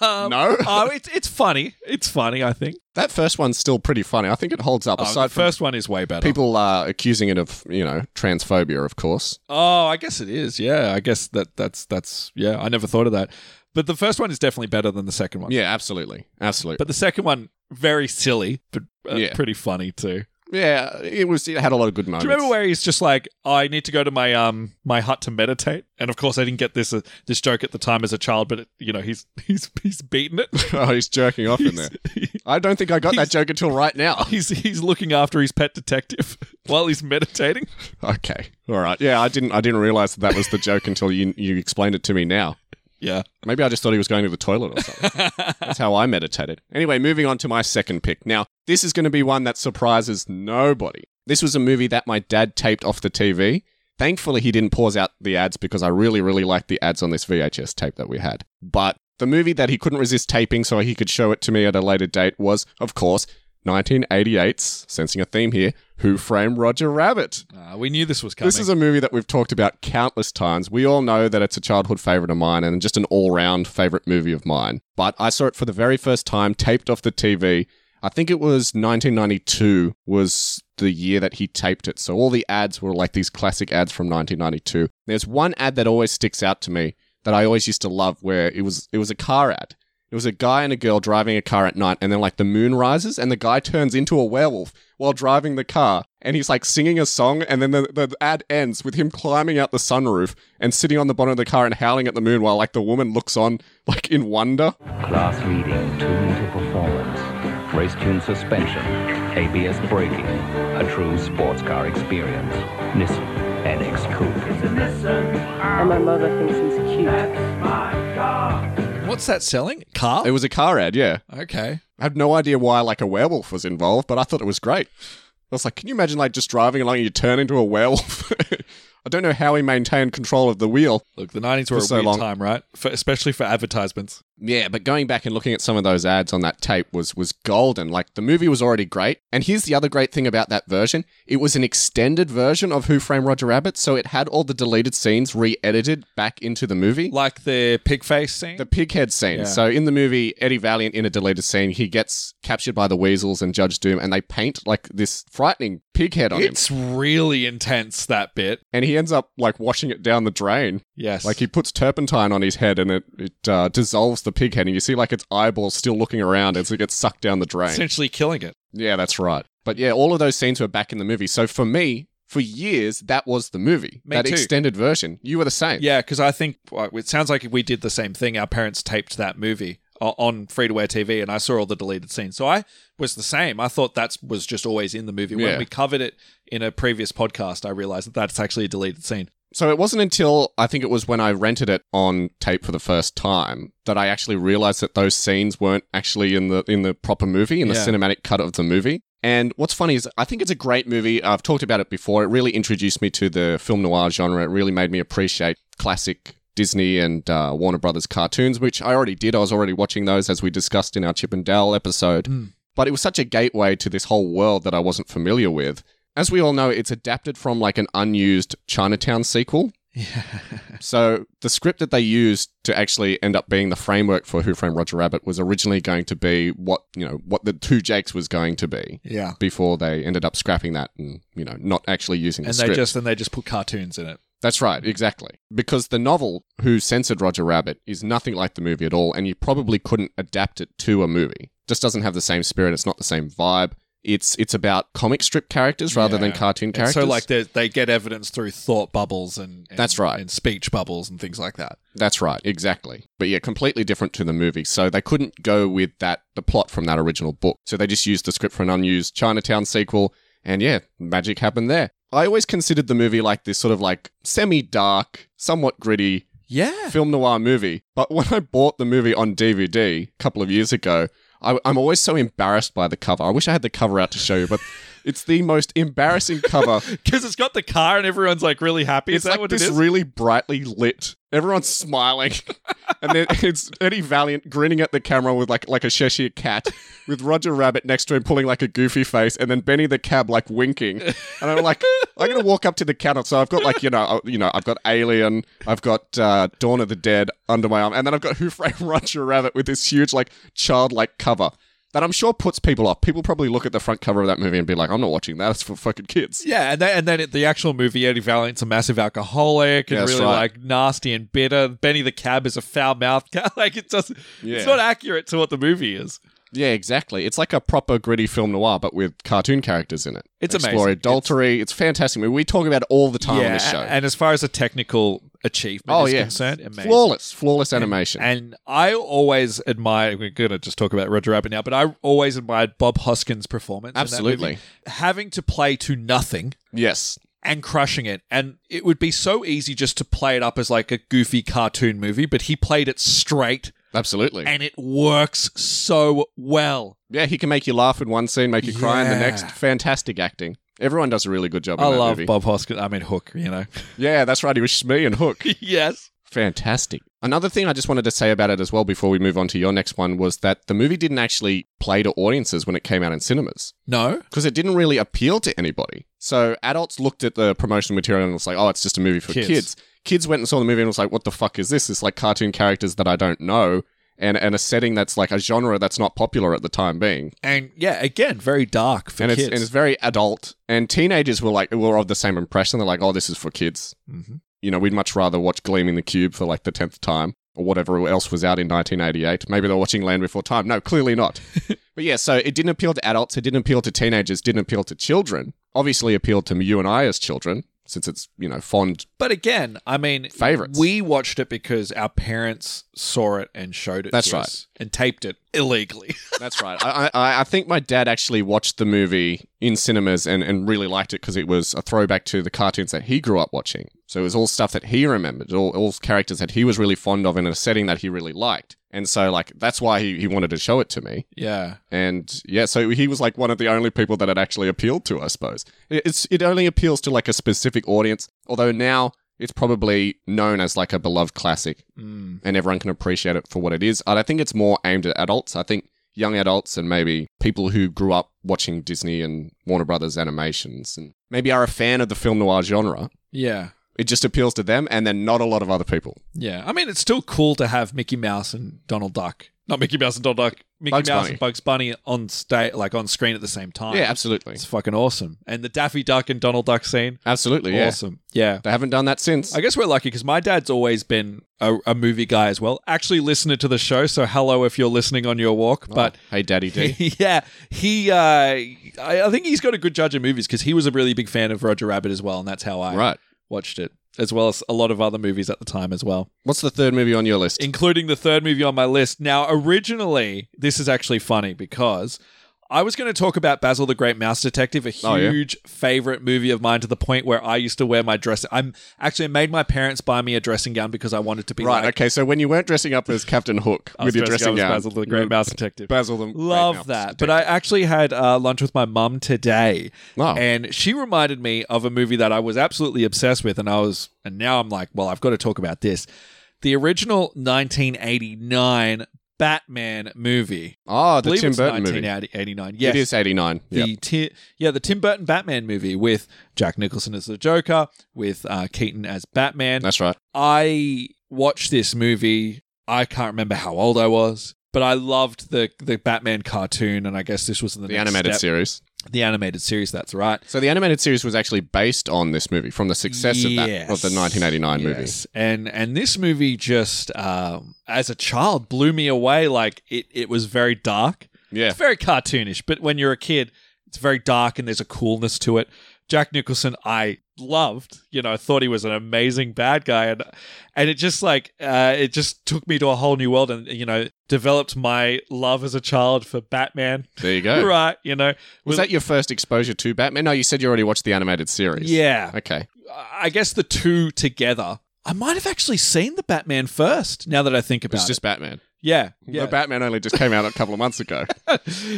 Um, no. oh, it's it's funny. It's funny. I think. that first one's still pretty funny. I think it holds up. Oh, the aside from first one is way better. people uh, accusing it of, you know, transphobia, of course. Oh, I guess it is. Yeah, I guess that that's that's yeah. I never thought of that. But the first one is definitely better than the second one. Yeah, absolutely. Absolutely. But the second one very silly, but uh, Yeah. pretty funny too. yeah, it was. It had a lot of good moments. Do you remember where he's just like, I need to go to my um my hut to meditate? And of course, I didn't get this uh, this joke at the time as a child, but it, you know he's he's he's beaten it. oh, he's jerking off in there. I don't think I got that joke until right now. He's he's looking after his pet detective while he's meditating. Okay. All right. Yeah, I didn't. I didn't realize that, that was the joke until you you explained it to me now. Yeah. Maybe I just thought he was going to the toilet or something. That's how I meditated. Anyway, moving on to my second pick. Now, this is going to be one that surprises nobody. This was a movie that my dad taped off the TV. Thankfully, he didn't pause out the ads because I really, really liked the ads on this VHS tape that we had. But the movie that he couldn't resist taping so he could show it to me at a later date was, of course, 1988's, sensing a theme here, Who Framed Roger Rabbit. Uh, we knew this was coming. This is a movie that we've talked about countless times. We all know that it's a childhood favorite of mine and just an all round favorite movie of mine. But I saw it for the very first time, taped off the TV. I think it was 1992 was the year that he taped it. So all the ads were like these classic ads from 1992. There's one ad that always sticks out to me that I always used to love where it was it was a car ad. It was a guy and a girl driving a car at night, and then like the moon rises, and the guy turns into a werewolf while driving the car, and he's like singing a song, and then the, the ad ends with him climbing out the sunroof and sitting on the bottom of the car and howling at the moon while like the woman looks on like in wonder. Class leading two meter performance, race tune suspension, ABS braking, a true sports car experience. Nissan NX Coupe. And my mother thinks he's cute. What's that selling? Car. It was a car ad, yeah. okay. I had no idea why like a werewolf was involved, but I thought it was great. I was like, can you imagine like just driving along and you turn into a werewolf? I don't know how he maintained control of the wheel. Look, the nineties were a For so weird long. time, right? For, especially for advertisements. Yeah, but going back and looking at some of those ads on that tape was was golden. Like the movie was already great, and here's the other great thing about that version: it was an extended version of Who Framed Roger Rabbit, so it had all the deleted scenes re-edited back into the movie. Like the pig face scene. The pig head scene. So in the movie, Eddie Valiant in a deleted scene, he gets captured by the weasels and Judge Doom, and they paint like this frightening pig head on him, it's really intense that bit. and he ends up like washing it down the drain. Yes. Like he puts turpentine on his head, and it it uh, dissolves the pig head, and you see like its eyeballs still looking around as it gets sucked down the drain. essentially killing it. Yeah, that's right. But yeah, all of those scenes were back in the movie. So for me, for years, that was the movie. Me that too. extended version. You were the same. Yeah, because I think well, it sounds like we did the same thing. Our parents taped that movie o- on free to air TV, and I saw all the deleted scenes. So I was the same. I thought that was just always in the movie. Yeah. When we covered it in a previous podcast, I realized that that's actually a deleted scene. So it wasn't until I think it was when I rented it on tape for the first time that I actually realized that those scenes weren't actually in the in the proper movie, in the Yeah. cinematic cut of the movie. And what's funny is I think it's a great movie. I've talked about it before. It really introduced me to the film noir genre. It really made me appreciate classic Disney and uh, Warner Brothers cartoons, which I already did. I was already watching those as we discussed in our Chip and Dale episode. But it was such a gateway to this whole world that I wasn't familiar with. As we all know, it's adapted from like an unused Chinatown sequel. So the script that they used to actually end up being the framework for Who Framed Roger Rabbit was originally going to be what you know what the two Jakes was going to be Yeah, before they ended up scrapping that and you know not actually using and the they script. just and they just put cartoons in it. That's right, exactly. Because the novel Who Censored Roger Rabbit is nothing like the movie at all, and you probably couldn't adapt it to a movie. Just doesn't have the same spirit. It's not the same vibe. It's it's about comic strip characters rather than Yeah. cartoon And characters. so like they they get evidence through thought bubbles and, and That's right. and speech bubbles and things like that. That's right, exactly. But yeah, completely different to the movie. So they couldn't go with that the plot from that original book. So they just used the script for an unused Chinatown sequel, and yeah, magic happened there. I always considered the movie like this sort of like semi dark, somewhat gritty Yeah, film noir movie. But when I bought the movie on DVD a couple of years ago, I, I'm always so embarrassed by the cover. I wish I had the cover out to show you, but it's the most embarrassing cover. Because it's got the car and everyone's like really happy. is It's that like what this it is? really brightly lit. Everyone's smiling, and then it's Eddie Valiant grinning at the camera with like like a Cheshire cat, with Roger Rabbit next to him pulling like a goofy face, and then Benny the cab like winking. And I'm like, I'm gonna walk up to the counter. So I've got like you know uh, you know I've got Alien, I've got uh, Dawn of the Dead under my arm, and then I've got Who Framed Roger Rabbit with this huge like childlike cover. That I'm sure puts people off. People probably look at the front cover of that movie and be like, "I'm not watching that. It's for fucking kids." yeah, and then, and then it, the actual movie, Eddie Valiant's a massive alcoholic and That's really right. like nasty and bitter. Benny the Cab is a foul mouthed guy. Like it doesn't, Yeah. it's not accurate to what the movie is. Yeah, exactly. It's like a proper gritty film noir, but with cartoon characters in it. It's Explore amazing. adultery. It's, fantastic. I mean, we talk about it all the time on this show. and as far as a technical achievement oh is yeah, concerned, amazing. flawless, flawless animation. And I always admire. We're gonna just talk about Roger Rabbit now, but I always admired Bob Hoskins' performance. in that Absolutely. movie. having to play to nothing yes, and crushing it, and it would be so easy just to play it up as like a goofy cartoon movie, but he played it straight, absolutely. and it works so well. yeah, he can make you laugh in one scene, make you cry in the Yeah. next. Fantastic acting. Everyone does a really good job. I in that love movie. Bob Hoskins. I mean Hook, you know. Yeah, that's right. He was Shmee and Hook. yes. Fantastic. Another thing I just wanted to say about it as well before we move on to your next one was that the movie didn't actually play to audiences when it came out in cinemas. No. because it didn't really appeal to anybody. So adults looked at the promotional material and was like, "Oh, it's just a movie for Kids. kids." Kids, went and saw the movie and was like, "What the fuck is this? It's like cartoon characters that I don't know." And, and a setting that's like a genre that's not popular at the time being, And yeah, again, very dark for and it's kids. and it's very adult. And teenagers were like, were of the same impression. They're like, "Oh, this is for kids." Mhm. You know, we'd much rather watch Gleaming the Cube for like the tenth time or whatever else was out in 1988. Maybe they're watching Land Before Time. No, clearly not. but yeah, so it didn't appeal to adults. It didn't appeal to teenagers. Didn't appeal to children. Obviously, appealed to you and I as children, since it's you know fond. But again, I mean, Favorites. We watched it because our parents saw it and showed it. That's to us and taped it illegally. That's right. I, I I think my dad actually watched the movie in cinemas and and really liked it because it was a throwback to the cartoons that he grew up watching. So it was all stuff that he remembered, all all characters that he was really fond of in a setting that he really liked. And so like that's why he, he wanted to show it to me. yeah, And yeah, so he was like one of the only people that had actually appealed to, I suppose. It- It's it only appeals to like a specific audience, although now it's probably known as like a beloved classic, Hmm. and everyone can appreciate it for what it is. And I think it's more aimed at adults. I think young adults and maybe people who grew up watching Disney and Warner Brothers animations, and maybe are a fan of the film noir genre. yeah, It just appeals to them, and then not a lot of other people. yeah. I mean, it's still cool to have Mickey Mouse and Donald Duck. Not Mickey Mouse and Donald Duck. Mickey Bugs Mouse Bunny. and Bugs Bunny on stage, like on screen at the same time. Yeah, absolutely, it's fucking awesome. And the Daffy Duck and Donald Duck scene, absolutely. Yeah, awesome. Oh, Yeah. they haven't done that since. I guess we're lucky because my dad's always been a, a movie guy as well. Actually, listener to the show, so hello if you're listening on your walk. But Oh, hey, Daddy D. yeah, he. Uh, I, I think he's got a good judge of movies because he was a really big fan of Roger Rabbit as well, and that's how I right. watched it, as well as a lot of other movies at the time as well, What's the third movie on your list? including the third movie on my list. Now, originally, this is actually funny because. I was going to talk about Basil the Great Mouse Detective, a Oh, yeah. huge favorite movie of mine, to the point where I used to wear my dress. I'm actually I made my parents buy me a dressing gown because I wanted to be right. like okay. So when you weren't dressing up as Captain Hook I was with your dressing dressing up as gown, Mm. Mm-hmm. Basil the Great Mouse Detective. Basil the Love that. But I actually had uh, lunch with my mum today, Wow. and she reminded me of a movie that I was absolutely obsessed with, and I was, and now I'm like, well, I've got to talk about this. The original 1989 Batman movie. oh, I the believe Tim it's Burton movie. 1989. Yes, It is eighty nine. The Ti- yeah, the Tim Burton Batman movie with Jack Nicholson as the Joker, with uh, Keaton as Batman. That's right. I watched this movie. I can't remember how old I was, but I loved the the Batman cartoon, and I guess this was the, The next animated step. series. The animated series. That's right. So the animated series was actually based on this movie from the success of that of the nineteen eighty nine movie. And and this movie just um, as a child blew me away. Like it, it was very dark. Yeah. It's very cartoonish, but when you're a kid, it's very dark and there's a coolness to it. Jack Nicholson, I loved. You know, I thought he was an amazing bad guy, and and it just like uh, it just took me to a whole new world, and you know, developed my love as a child for Batman. There you go. right? You know, Was that your first exposure to Batman? No, you said you already watched the animated series. yeah? Okay. I guess the two together. I might have actually seen the Batman first. Now that I think It was about it, just Batman. Yeah, yeah. The Batman only just came out a couple of months ago.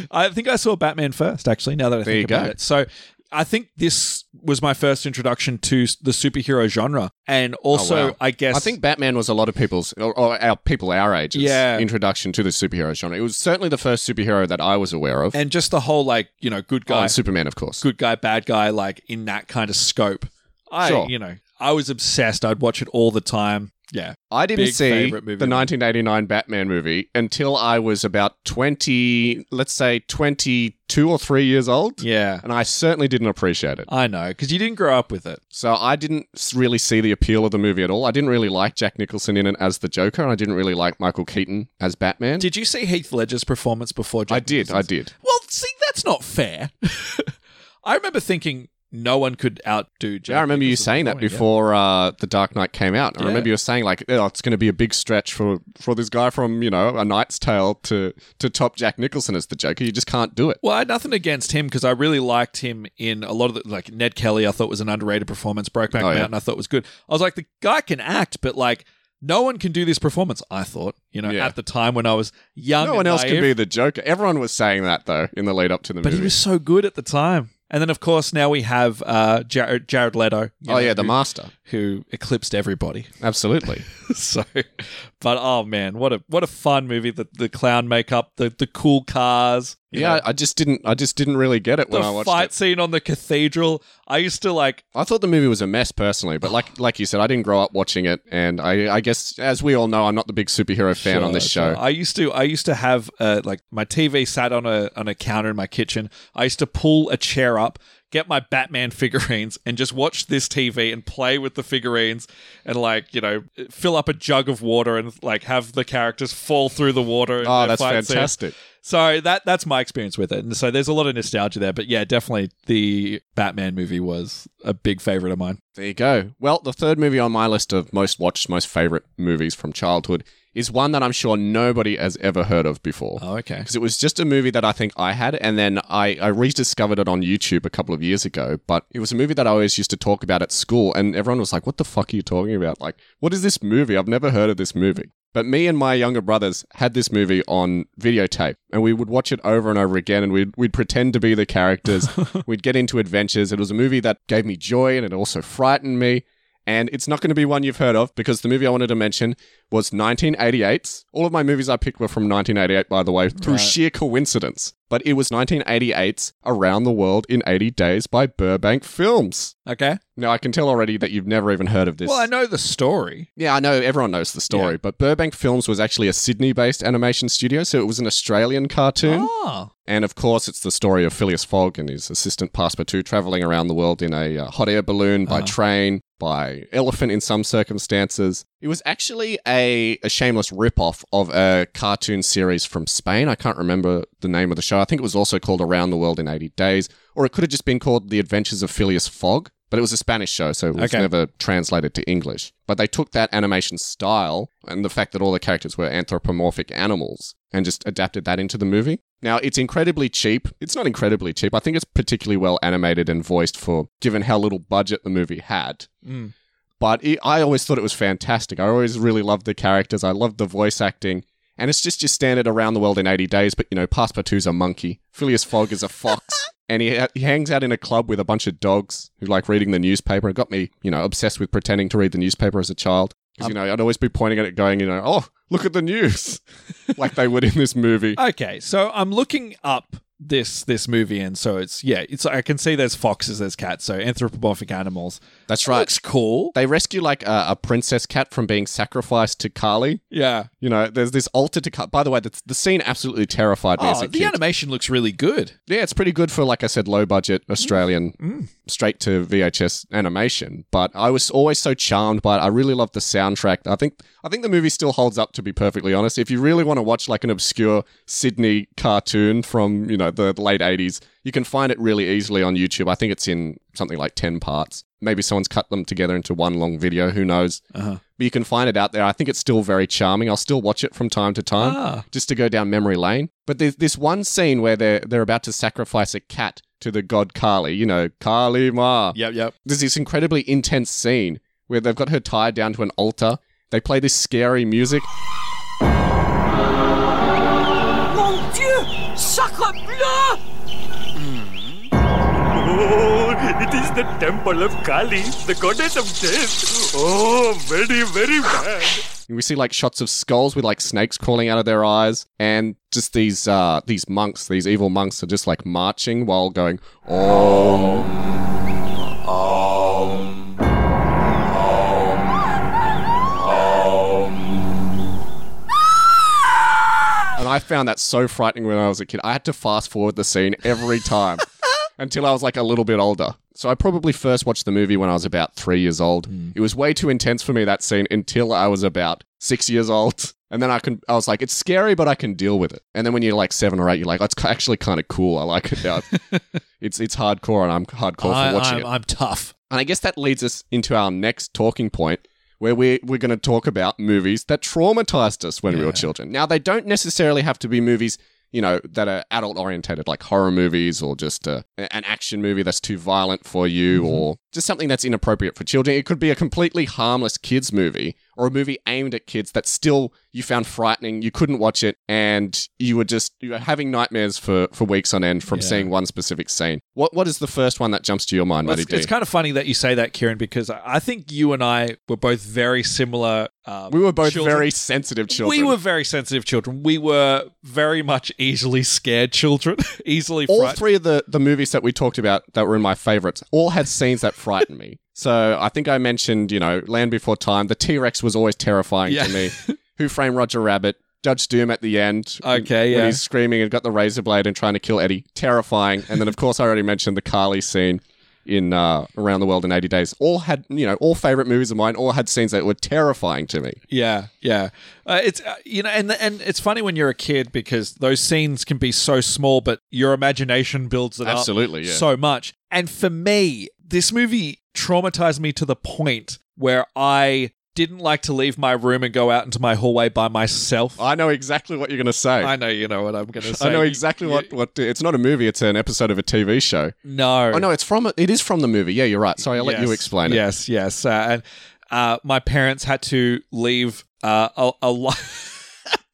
I think I saw Batman first, actually, now that I There think you about go. it. So I think this was my first introduction to s- the superhero genre. And also, Oh, wow. I guess. I think Batman was a lot of people's, or, or our people our age's, Yeah. introduction to the superhero genre. It was certainly the first superhero that I was aware of. And just the whole, like, you know, good Oh, guy, and Superman, of course. good guy, bad guy, like, in that kind of scope. I, Sure. you know, I was obsessed. I'd watch it all the time. Yeah. I didn't Big see the favourite movie. 1989 Batman movie until I was about 20, let's say 22 or 3 years old. Yeah. And I certainly didn't appreciate it. I know. Because you didn't grow up with it. So I didn't s- really see the appeal of the movie at all. I didn't really like Jack Nicholson in it as the Joker, and I didn't really like Michael Keaton as Batman. Did you see Heath Ledger's performance before Jack I did, I Nicholson's? did. Well, see, that's not fair. I remember thinking no one could outdo Jack. Yeah, I remember you Nicholson's saying that performance. Yeah. before uh, the Dark Knight came out. I Yeah. remember you were saying like, "Oh, it's going to be a big stretch for, for this guy from you know A Knight's Tale to to top Jack Nicholson as the Joker. You just can't do it." Well, I had nothing against him because I really liked him in a lot of the like Ned Kelly. I thought was an underrated performance. Brokeback Oh, yeah. Mountain, I thought was good. I was like, the guy can act, but like no one can do this performance. I thought, you know, Yeah. at the time when I was young, No and one else could naive, be the Joker. Everyone was saying that though in the lead up to the but movie. he was so good at the time. And then, of course, now we have uh, Jared, Jared Leto. you oh know, yeah, the who- master. who eclipsed everybody. Absolutely. so but oh man what a what a fun movie the the clown makeup the the cool cars you yeah, know, I just didn't. I just didn't really get it when I the watched fight it. scene on the cathedral i used to like I thought the movie was a mess personally, but like like you said, I didn't grow up watching it, and I, I guess as we all know, I'm not the big superhero fan on this Sure, show. sure. i used to i used to have uh like my tv sat on a on a counter in my kitchen i used to pull a chair up get my batman figurines and just watch this tv and play with the figurines and like you know fill up a jug of water and like have the characters fall through the water in oh, their that's fight scene. fantastic. So that that's my experience with it, and so there's a lot of nostalgia there. But yeah, definitely the Batman movie was a big favorite of mine. There you go. Well, the third movie on my list of most watched, most favorite movies from childhood is one that I'm sure nobody has ever heard of before. Oh, okay. Because it was just a movie that I think I had, and then I, I rediscovered it on YouTube a couple of years ago. But it was a movie that I always used to talk about at school, and everyone was like, What the fuck are you talking about? Like, what is this movie? I've never heard of this movie. But me and my younger brothers had this movie on videotape, and we would watch it over and over again, and we'd, we'd pretend to be the characters. we'd get into adventures. It was a movie that gave me joy, and it also frightened me. And it's not going to be one you've heard of because the movie I wanted to mention was 1988's. All of my movies I picked were from 1988, by the way, through Right. sheer coincidence. But it was 1988's Around the World in 80 Days by Burbank Films. Okay. Now, I can tell already that you've never even heard of this. Well, I know the story. Yeah, I know everyone knows the story, Yeah. but Burbank Films was actually a Sydney based animation studio, so it was an Australian cartoon. Oh, And of course, it's the story of Phileas Fogg and his assistant Passepartout traveling around the world in a uh, hot air balloon by Uh-huh. train, by elephant in some circumstances. It was actually a, a shameless ripoff of a cartoon series from Spain. I can't remember the name of the show. I think it was also called Around the World in 80 Days, or it could have just been called The Adventures of Phileas Fogg. But it was a Spanish show, so it was Okay. never translated to English. But they took that animation style and the fact that all the characters were anthropomorphic animals and just adapted that into the movie. Now, it's incredibly cheap. It's not incredibly cheap. I think it's particularly well animated and voiced for, given how little budget the movie had. Mm. But it, I always thought it was fantastic. I always really loved the characters. I loved the voice acting. And it's just your standard around the world in 80 days, but you know, Passepartout's a monkey, Phileas Fogg is a fox, and he, he hangs out in a club with a bunch of dogs who like reading the newspaper. It got me, you know, obsessed with pretending to read the newspaper as a child. Um, Because, you know, I'd always be pointing at it going, you know, oh, look at the news, like they would in this movie. okay. So I'm looking up this this movie, and so it's yeah, it's I can see there's foxes, there's cats, so anthropomorphic animals. That's right. Looks cool. They rescue like a, a princess cat from being sacrificed to Kali. Yeah. You know, there's this altar to Kali. By the way, the, the scene absolutely terrified me as Oh, a the kid. animation looks really good. Yeah, it's pretty good for, like I said, low budget Australian straight to VHS animation. But I was always so charmed by it. I really loved the soundtrack. I think I think the movie still holds up. To be perfectly honest, if you really want to watch like an obscure Sydney cartoon from you know the late '80s, you can find it really easily on YouTube. I think it's in something like ten parts. Maybe someone's cut them together into one long video. Who knows? Uh-huh. But you can find it out there. I think it's still very charming. I'll still watch it from time to time Ah. just to go down memory lane. But there's this one scene where they're they're about to sacrifice a cat to the god Kali. You know, Kali Ma. Yep. Yep. There's this incredibly intense scene where they've got her tied down to an altar. They play this scary music. Sacre bleu! Oh, it is the temple of Kali, the goddess of death. Oh, very, very bad. We see like shots of skulls with like snakes crawling out of their eyes, and just these uh, these monks, these evil monks, are just like marching while going Om. And I found that so frightening when I was a kid. I had to fast forward the scene every time until I was like a little bit older. So I probably first watched the movie when I was about three years old. Hmm. It was way too intense for me that scene until I was about six years old. And then I can, I was like, it's scary, but I can deal with it. And then when you're like seven or eight, you're like, that's actually kind of cool. I like it now. it's it's hardcore, and I'm hardcore I, for watching am it. I'm tough. And I guess that leads us into our next talking point where we're, we're going to talk about movies that traumatized us when we were children. Now, they don't necessarily have to be movies, you know, that are adult orientated, like horror movies or just uh, a, an action movie that's too violent for you Mm-hmm. or just something that's inappropriate for children. It could be a completely harmless kids movie or a movie aimed at kids that still you found frightening, you couldn't watch it, and you were just you were having nightmares for, for weeks on end from seeing one specific scene. What What is the first one that jumps to your mind, Well, Matty it's, D? it's kind of funny that you say that, Kieran, because I I think you and I were both very similar. Um, We were both children. very sensitive children. We were very sensitive children. We were very much easily scared children, easily all frightened. three of the, the movies that we talked about that were in my favorites all had scenes that frightened me. So I think I mentioned, you know, Land Before Time. The T Rex was always terrifying Yeah. to me. Who Framed Roger Rabbit? Judge Doom at the end. when- Okay, When yeah. he's screaming and got the razor blade and trying to kill Eddie. Terrifying. And then, of course, I already mentioned the Carly scene in uh, Around the World in 80 Days. All had, you know, all favorite movies of mine all had scenes that were terrifying to me. Yeah, yeah. Uh, it's uh, you know, and and it's funny when you're a kid because those scenes can be so small, but your imagination builds it up Absolutely, yeah. so much. And for me, this movie traumatized me to the point where I didn't like to leave my room and go out into my hallway by myself. I know exactly what you're going to say. I know you know what I'm going to say. I know exactly what, what. It's not a movie, it's an episode of a TV show. No. Oh no, it's from it is from the movie. Yeah, you're right. Sorry, I'll let you explain it. Yes, yes. Uh, and uh, my parents had to leave uh, a, a lot.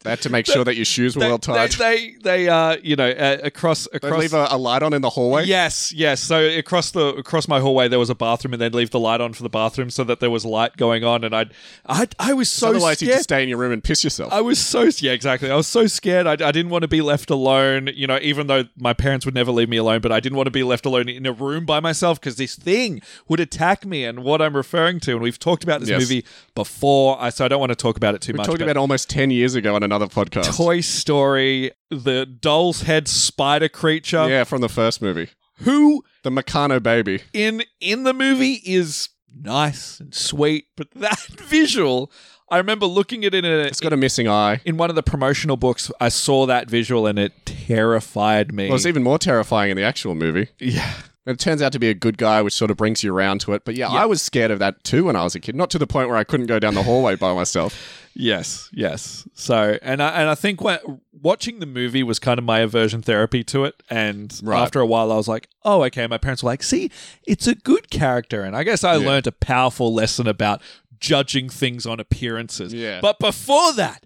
They had to make sure that your shoes were well tied. They, They, they, they uh, you know, uh, across across. leave a, a light on in the hallway. Yes, yes. So across the across my hallway, there was a bathroom, and they'd leave the light on for the bathroom so that there was light going on, and I'd, I, I was so Otherwise, you scared. just stay in your room and piss yourself. I was so yeah, exactly. I was so scared. I, I didn't want to be left alone. You know, even though my parents would never leave me alone, but I didn't want to be left alone in a room by myself because this thing would attack me. And what I'm referring to, and we've talked about this Yes. movie before, I, so I don't want to talk about it too we much. talked but- about it almost ten years ago on another podcast. Toy Story, the doll's head spider creature, yeah, from the first movie, who the Meccano baby. in in the movie is nice and sweet, but that visual, I remember looking at it in a, It's got a missing eye. in one of the promotional books. I saw that visual and it terrified me. Well, it's even more terrifying in the actual movie. yeah, It turns out to be a good guy, which sort of brings you around to it. But yeah, I was scared of that too when I was a kid. Not to the point where I couldn't go down the hallway by myself. yes, yes. So, and I and I think when, watching the movie was kind of my aversion therapy to it. And Right. after a while, I was like, oh, okay. My parents were like, see, it's a good character, and I guess I Yeah. learned a powerful lesson about judging things on appearances. Yeah. But before that,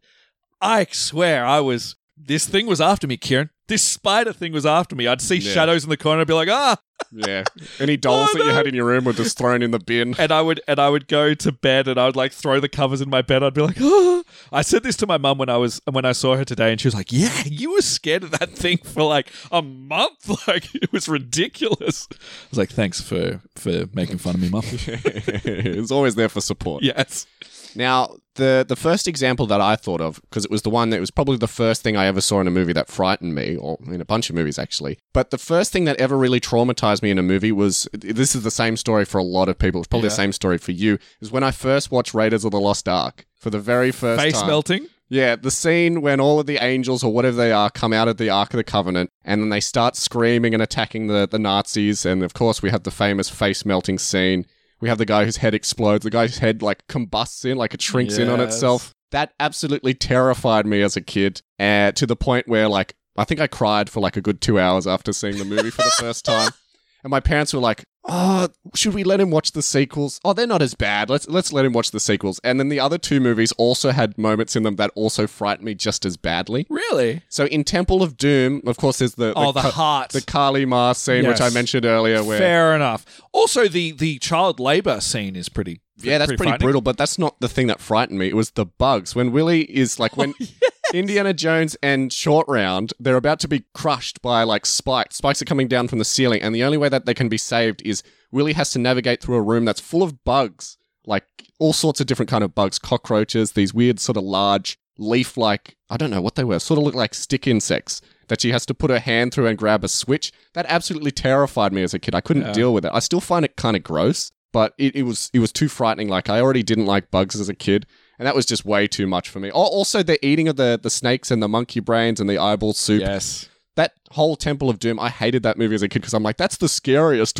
I swear I was. This thing was after me, Kieran. This spider thing was after me. I'd see Yeah. shadows in the corner. I'd be like, ah, Yeah, any dolls Oh, that you no. had in your room were just thrown in the bin. and I would and I would go to bed and I would like throw the covers in my bed. I'd be like, oh. I said this to my mum when I was when I saw her today, and she was like, "Yeah, you were scared of that thing for like a month. Like it was ridiculous." I was like, "Thanks for for making fun of me, mum." it's always there for support. yes. Now, the the first example that I thought of because it was the one that was probably the first thing I ever saw in a movie that frightened me, or in a bunch of movies actually. But the first thing that ever really traumatized me in a movie was this is the same story for a lot of people. It's probably the same story for you. Is when I first watched Raiders of the Lost Ark for the very first Face time. melting. Yeah, the scene when all of the angels or whatever they are come out of the Ark of the Covenant and then they start screaming and attacking the, the Nazis. And of course, we have the famous face melting scene. We have the guy whose head explodes, the guy whose head like combusts in, like it shrinks in on Yes. itself. That absolutely terrified me as a kid uh, to the point where, like, I think I cried for like a good two hours after seeing the movie for the first time. And my parents were like, "Oh, should we let him watch the sequels? Oh, they're not as bad. Let's let's let him watch the sequels." And then the other two movies also had moments in them that also frightened me just as badly. Really? So in Temple of Doom, of course, there's the, Oh, the Ka- heart. the Kali Ma scene, which I Yes. mentioned earlier, where Fair enough. Also, the the child labor scene is pretty. Yeah, that's pretty, frightening. brutal, but that's not the thing that frightened me. It was the bugs. When Willy is like when Indiana Jones and Short Round, they're about to be crushed by like spikes. Spikes are coming down from the ceiling, and the only way that they can be saved is Willy has to navigate through a room that's full of bugs, like all sorts of different kind of bugs, cockroaches, these weird sort of large leaf-like, I don't know what they were, sort of look like stick insects that she has to put her hand through and grab a switch. That absolutely terrified me as a kid. I couldn't deal with it. I still find it kind of gross, but it, it was it was too frightening. Like I already didn't like bugs as a kid, and that was just way too much for me. Oh, also the eating of the the snakes and the monkey brains and the eyeball soup. Yes. That whole Temple of Doom, I hated that movie as a kid because I'm like, that's the scariest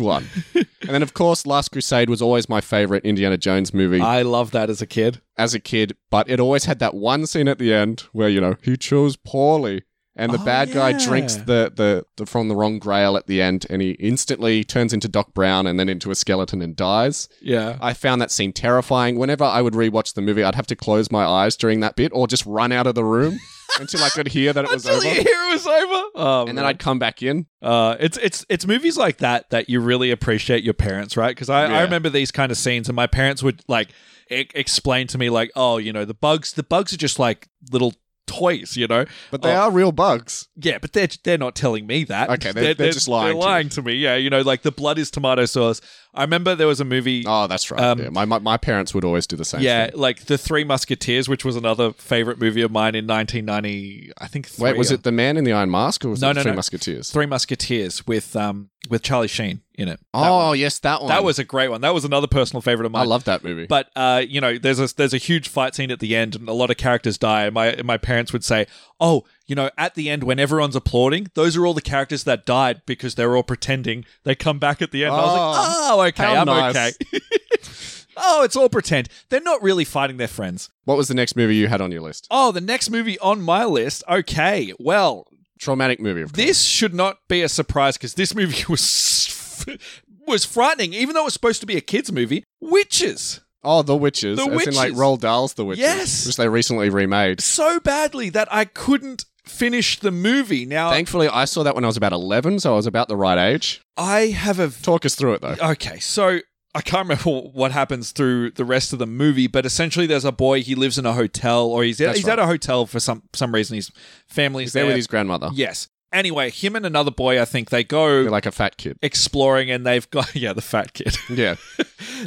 one. and then, of course, Last Crusade was always my favorite Indiana Jones movie I love that as a kid. as a kid, but it always had that one scene at the end where you know he chose poorly, and the Oh, bad guy yeah. drinks the, the the from the wrong grail at the end, and he instantly turns into Doc Brown and then into a skeleton and dies. Yeah. I found that scene terrifying. Whenever I would rewatch the movie, I'd have to close my eyes during that bit, or just run out of the room until I could hear that it was Until over, you hear it was over. Oh, and then man. I'd come back in. Uh, it's it's it's movies like that that you really appreciate your parents, right? Because I, Yeah. I remember these kind of scenes, and my parents would like e- explain to me like, oh, you know, the bugs, the bugs are just like little toys, you know. But they Oh. are real bugs. Yeah, but they're they're not telling me that. Okay, they're- they're just lying They're to you. lying to me. Yeah, you know, like the blood is tomato sauce. I remember there was a movie. Oh, that's right. Um, yeah, my, my my parents would always do the same. yeah, thing. like the Three Musketeers, which was another favorite movie of mine in 1990. I think. Three Wait, was or- it the Man in the Iron Mask or was No, it the no, Three no. Musketeers? Three Musketeers with um with Charlie Sheen in it? Oh, yes, that one. That was a great one. That was another personal favorite of mine. I love that movie. But uh, you know, there's a there's a huge fight scene at the end, and a lot of characters die. And my and my parents would say, "Oh, you know, at the end when everyone's applauding, those are all the characters that died because they're all pretending. They come back at the end." And I was like, "Oh, okay, how I'm nice." okay." oh, it's all pretend. They're not really fighting their friends. What was the next movie you had on your list? Oh, the next movie on my list. Okay, well, Traumatic movie, of course. this should not be a surprise because this movie was was frightening, even though it was supposed to be a kids movie. Witches. Oh, The Witches. The as in like Witches. Roald Dahl's The Witches. Yes. Which they recently remade. so badly that I couldn't finish the movie. Now Thankfully, I saw that when I was about 11, so I was about the right age. I have a Talk us through it, though. okay. So I can't remember what happens through the rest of the movie, but essentially there's a boy. He lives in a hotel, or he's at, That's he's right. at a hotel for some some reason. His family's He's there with his grandmother. yes. Anyway, him and another boy, I think they go You're like a fat kid. exploring, and they've got yeah the fat kid. Yeah.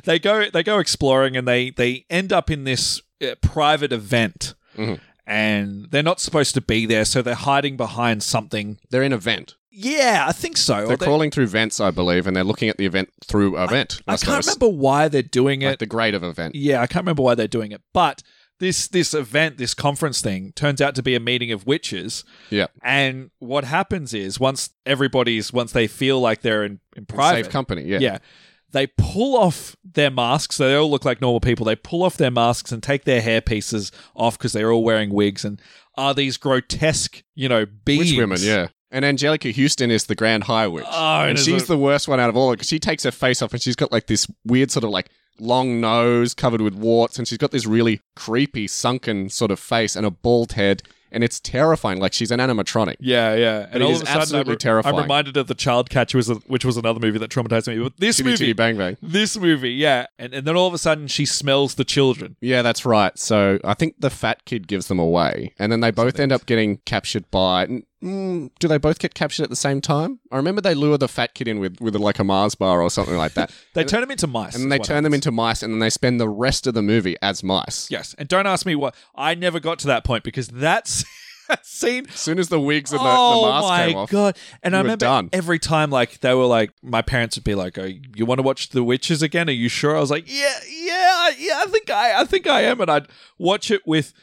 they go they go exploring and they they end up in this uh, private event Mhm. and they're not supposed to be there so they're hiding behind something They're in a vent. yeah i think so Or They're they- crawling through vents, I believe, and they're looking at the event through a vent. i That's can't noticed. remember why they're doing Like it the grade of a vent. yeah i can't remember why they're doing it but this this event this conference thing turns out to be a meeting of witches Yeah. and what happens is once everybody's once they feel like they're in, in private Safe company, yeah. yeah. They pull off their masks. They all look like normal people. They pull off their masks and take their hair pieces off because they're all wearing wigs and are these grotesque, you know, beings. Witch women, yeah. And Angelica Houston is the Grand High Witch. Oh, it and is she's a- the worst one out of all because she takes her face off and she's got like this weird sort of like long nose covered with warts and she's got this really creepy sunken sort of face and a bald head and it's terrifying. Like she's an animatronic. Yeah, yeah. And it all is of a sudden, absolutely I'm, terrifying. I'm reminded of The Child Catcher, was a- which was another movie that traumatized me. But this Chitty movie, Chitty Bang Bang. this movie, yeah. And, and then all of a sudden, she smells the children. Yeah, that's right. So I think the fat kid gives them away, and then they both end up getting captured by. Mm, do they both get captured at the same time? I remember they lure the fat kid in with with like a Mars bar or something like that. They turn them into mice. and then they turn them into mice, and then they spend the rest of the movie as mice. Yes. And don't ask me what. I never got to that point because that's. That scene As soon as the wigs and the, oh the mask my came off, god! And I you were remember done. every time, like they were like, my parents would be like, "Oh, you want to watch The Witches again? Are you sure?" I was like, "Yeah, yeah, I- yeah. I think I, I think I am." And I'd watch it with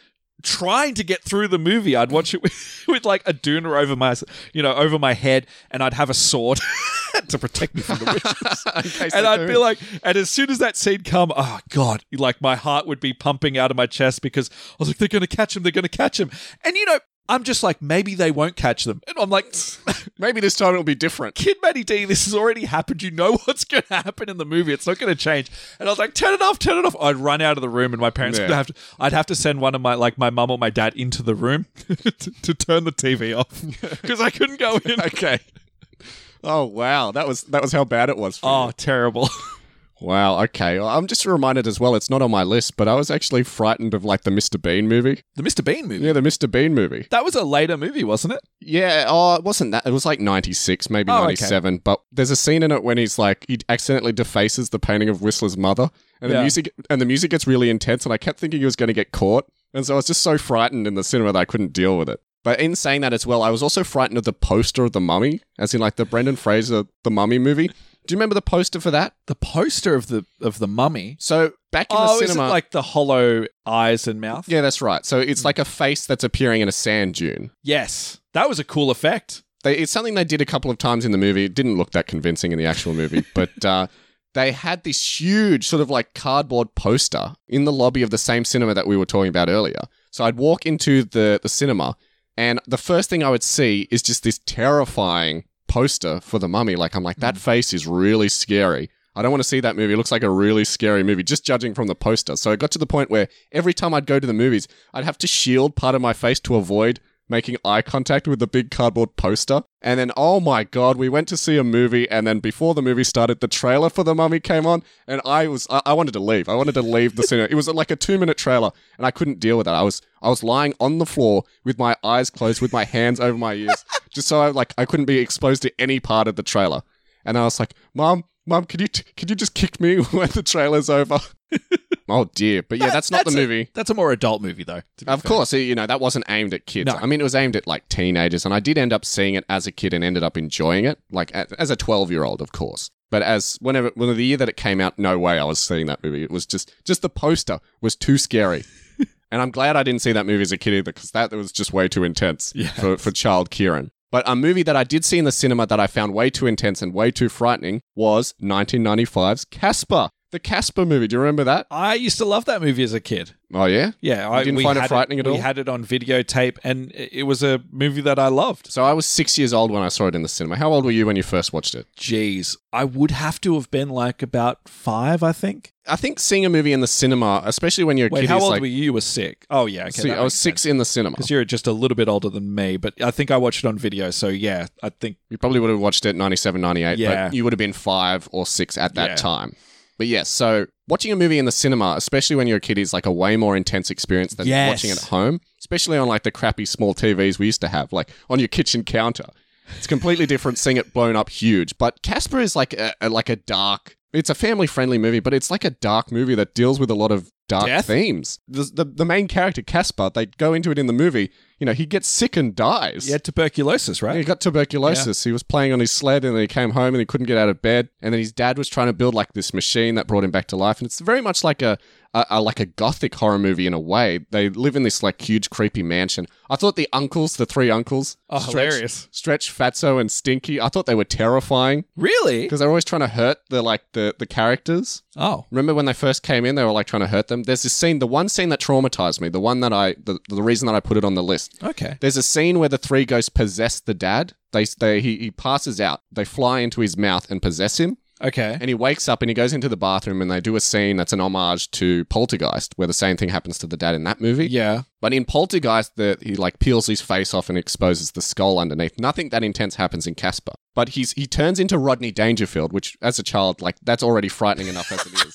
trying to get through the movie. I'd watch it with, with like a doona over my, you know, over my head, and I'd have a sword to protect me from the witches. In case and they I'd be do. like, and as soon as that scene come, oh god, like my heart would be pumping out of my chest because I was like, they're gonna catch him, they're gonna catch him, and you know, I'm just like, maybe they won't catch them. And I'm like, Maybe this time it'll be different. Kid Matty D, this has already happened. You know what's going to happen in the movie. It's not going to change. And I was like, turn it off, turn it off. I'd run out of the room, and my parents Yeah. would have to. I'd have to send one of my like my mum or my dad into the room to, to turn the TV off because I couldn't go in. Okay. Oh wow, that was that was how bad it was. For oh, terrible. you. Wow. Okay. Well, I'm just reminded as well. It's not on my list, but I was actually frightened of like the Mr. Bean movie. The Mr. Bean movie. Yeah, the Mr. Bean movie. That was a later movie, wasn't it? Yeah, oh, it wasn't that. It was like 96, maybe Oh, okay. 97. But there's a scene in it when he's like, he accidentally defaces the painting of Whistler's mother. And the Yeah. music and the music gets really intense. And I kept thinking he was going to get caught. And so I was just so frightened in the cinema that I couldn't deal with it. But in saying that as well, I was also frightened of the poster of The Mummy, as in like the Brendan Fraser The Mummy movie. Do you remember the poster for that? The poster of the of the mummy. So back in Oh, the is it cinema. like Hmm. the hollow eyes and mouth? yeah, that's right. So it's like a face that's appearing in a sand dune. Yes, that was a cool effect. They, it's something they did a couple of times in the movie. It didn't look that convincing in the actual movie, but uh, they had this huge sort of like cardboard poster in the lobby of the same cinema that we were talking about earlier. So I'd walk into the, the cinema, and the first thing I would see is just this terrifying poster for the mummy. Like, I'm like, that face is really scary. I don't want to see that movie. It looks like a really scary movie, just judging from the poster. So it got to the point where every time I'd go to the movies, I'd have to shield part of my face to avoid making eye contact with the big cardboard poster. And then, oh my god, we went to see a movie, and then before the movie started, the trailer for The Mummy came on, and I was, I, I wanted to leave. I wanted to leave the cinema. It was like a two-minute trailer, and I couldn't deal with that. I was, I was lying on the floor with my eyes closed, with my hands over my ears, just so I like I couldn't be exposed to any part of the trailer. And I was like, Mom, Mom, could you, t- could you just kick me when the trailer's over? oh dear, but yeah, that's not That's the a- movie. That's a more adult movie, though. to be Of fair. course, you know, that wasn't aimed at kids. No. I mean, it was aimed at like teenagers, and I did end up seeing it as a kid and ended up enjoying it, like a- as a 12 year old, of course. But as whenever, well, the year that it came out, no way I was seeing that movie. It was just, just the poster was too scary. and I'm glad I didn't see that movie as a kid either, because that was just way too intense for, for child Kieran. But a movie that I did see in the cinema that I found way too intense and way too frightening was 1995's Casper. The Casper movie. Do you remember that? I used to love that movie as a kid. Oh, yeah? Yeah, You didn't we find it had frightening at all? We had it on videotape, and it it was a movie that I loved. So I was six years old when I saw it in the cinema. How old were you when you first watched it? Jeez, I would have to have been like about five, I think. I think seeing a movie in the cinema, especially when you're a Wait, kid, how is old like. were you? You were sick. Oh yeah, okay. See, I was six in the cinema. because you're just a little bit older than me, but I think I watched it on video. So yeah, I think You probably would have watched it 97, 98, Yeah. but you would have been five or six at that Yeah. time. But yes, so watching a movie in the cinema, especially when you're a kid, is like a way more intense experience than Yes. watching at home, especially on like the crappy small TVs we used to have, like on your kitchen counter. It's completely different seeing it blown up huge. But Casper is like a, a- like a dark. It's a family friendly movie, but it's like a dark movie that deals with a lot of dark Death? themes. The, the the main character Casper, they go into it in the movie. You know, he gets sick and dies. you had tuberculosis, He right? got tuberculosis. He was playing on his sled and then he came home and he couldn't get out of bed. And then his dad was trying to build like this machine that brought him back to life. And it's very much like a, a, a like a gothic horror movie in a way. They live in this like huge creepy mansion. I thought the uncles, the three uncles, Oh, hilarious. Stretch, Fatso, and Stinky. I thought they were terrifying Really? because they're always trying to hurt the like the the characters. Oh, Remember when they first came in, they were like trying to hurt them. There's this scene, the one scene that traumatized me, the one that I, the, the reason that I put it on the list. okay. There's a scene where the three ghosts possess the dad. They, they he, he passes out. They fly into his mouth and possess him. Okay. And he wakes up and he goes into the bathroom and they do a scene that's an homage to Poltergeist, where the same thing happens to the dad in that movie. yeah. But in Poltergeist, the, he like peels his face off and exposes the skull underneath. Nothing that intense happens in Casper. But he's he turns into Rodney Dangerfield, which as a child, like that's already frightening enough as it is.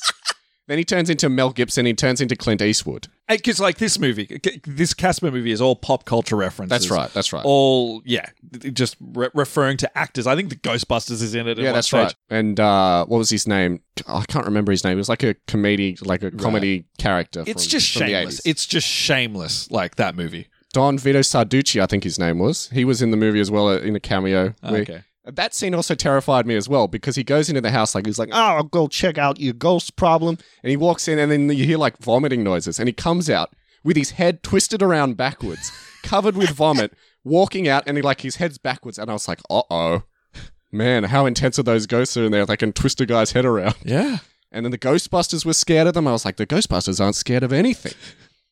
Then he turns into Mel Gibson. He turns into Clint Eastwood. Because like this movie, c- this Casper movie is all pop culture references. That's right. That's right. All yeah, th- just re- referring to actors. I think the Ghostbusters is in it. at yeah, one that's stage. right. And uh, what was his name? I can't remember his name. It was like a comedy, like a comedy character. It's from- just from the shameless. 80s. It's just shameless. Like that movie. Don Vito Sarducci, I think his name was. He was in the movie as well uh, in a cameo. where- Ah, Okay. That scene also terrified me as well because he goes into the house like he's like, "Oh, I'll go check out your ghost problem," and he walks in and then you hear like vomiting noises, and he comes out with his head twisted around backwards, covered with vomit, walking out, and he like his head's backwards, and I was like, "Uh oh." Man, how intense are those ghosts in there? if They can twist a guy's head around. Yeah. And then the Ghostbusters were scared of them. I was like, the Ghostbusters aren't scared of anything.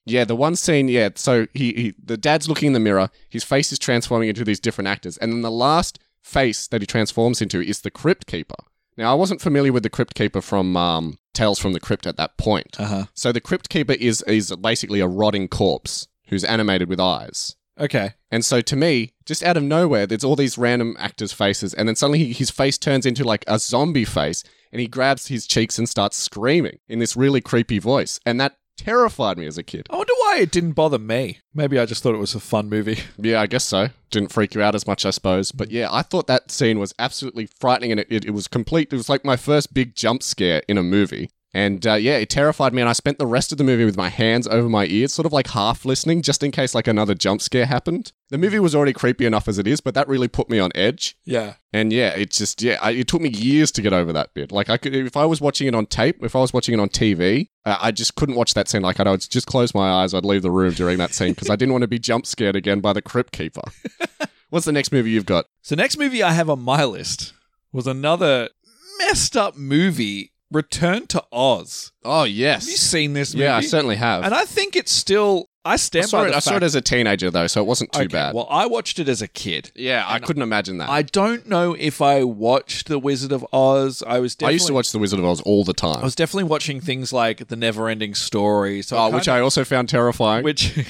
Yeah, the one scene, yeah. So he, he, the dad's looking in the mirror. His face is transforming into these different actors, and then the last face that he transforms into is the Crypt Keeper. Now, I wasn't familiar with the Crypt Keeper from um, Tales from the Crypt at that point. Uh-huh. So the Crypt Keeper is is basically a rotting corpse who's animated with eyes. Okay. And so to me, just out of nowhere, there's all these random actors' faces, and then suddenly he- his face turns into like a zombie face, and he grabs his cheeks and starts screaming in this really creepy voice, and that terrified me as a kid. I wonder why it didn't bother me. Maybe I just thought it was a fun movie. Yeah, I guess so. Didn't freak you out as much, I suppose. But yeah, I thought that scene was absolutely frightening and it, it, it was complete. It was like my first big jump scare in a movie. And uh, yeah, it terrified me. And I spent the rest of the movie with my hands over my ears, sort of like half listening, just in case like another jump scare happened. The movie was already creepy enough as it is, but that really put me on edge. Yeah. And yeah, it just yeah, I, it took me years to get over that bit. Like I could, if I was watching it on tape, if I was watching it on TV, uh, I just couldn't watch that scene. Like I'd, I'd just close my eyes, I'd leave the room during that scene because I didn't want to be jump scared again by the Crypt Keeper. What's the next movie you've got? So next movie I have on my list was another messed up movie, Return to Oz. Oh Have yes, you seen this movie? yeah, I certainly have. And I think it's still I I stand saw, by it, the I fact. saw it as a teenager though, so it wasn't too Okay, bad. Well, I watched it as a kid. yeah, I couldn't imagine that. I, I don't know if I watched The Wizard of Oz. I was definitely used to watch The Wizard of Oz all the time, I was definitely watching things like The Neverending Story. So oh, I which kinda- I also found terrifying. which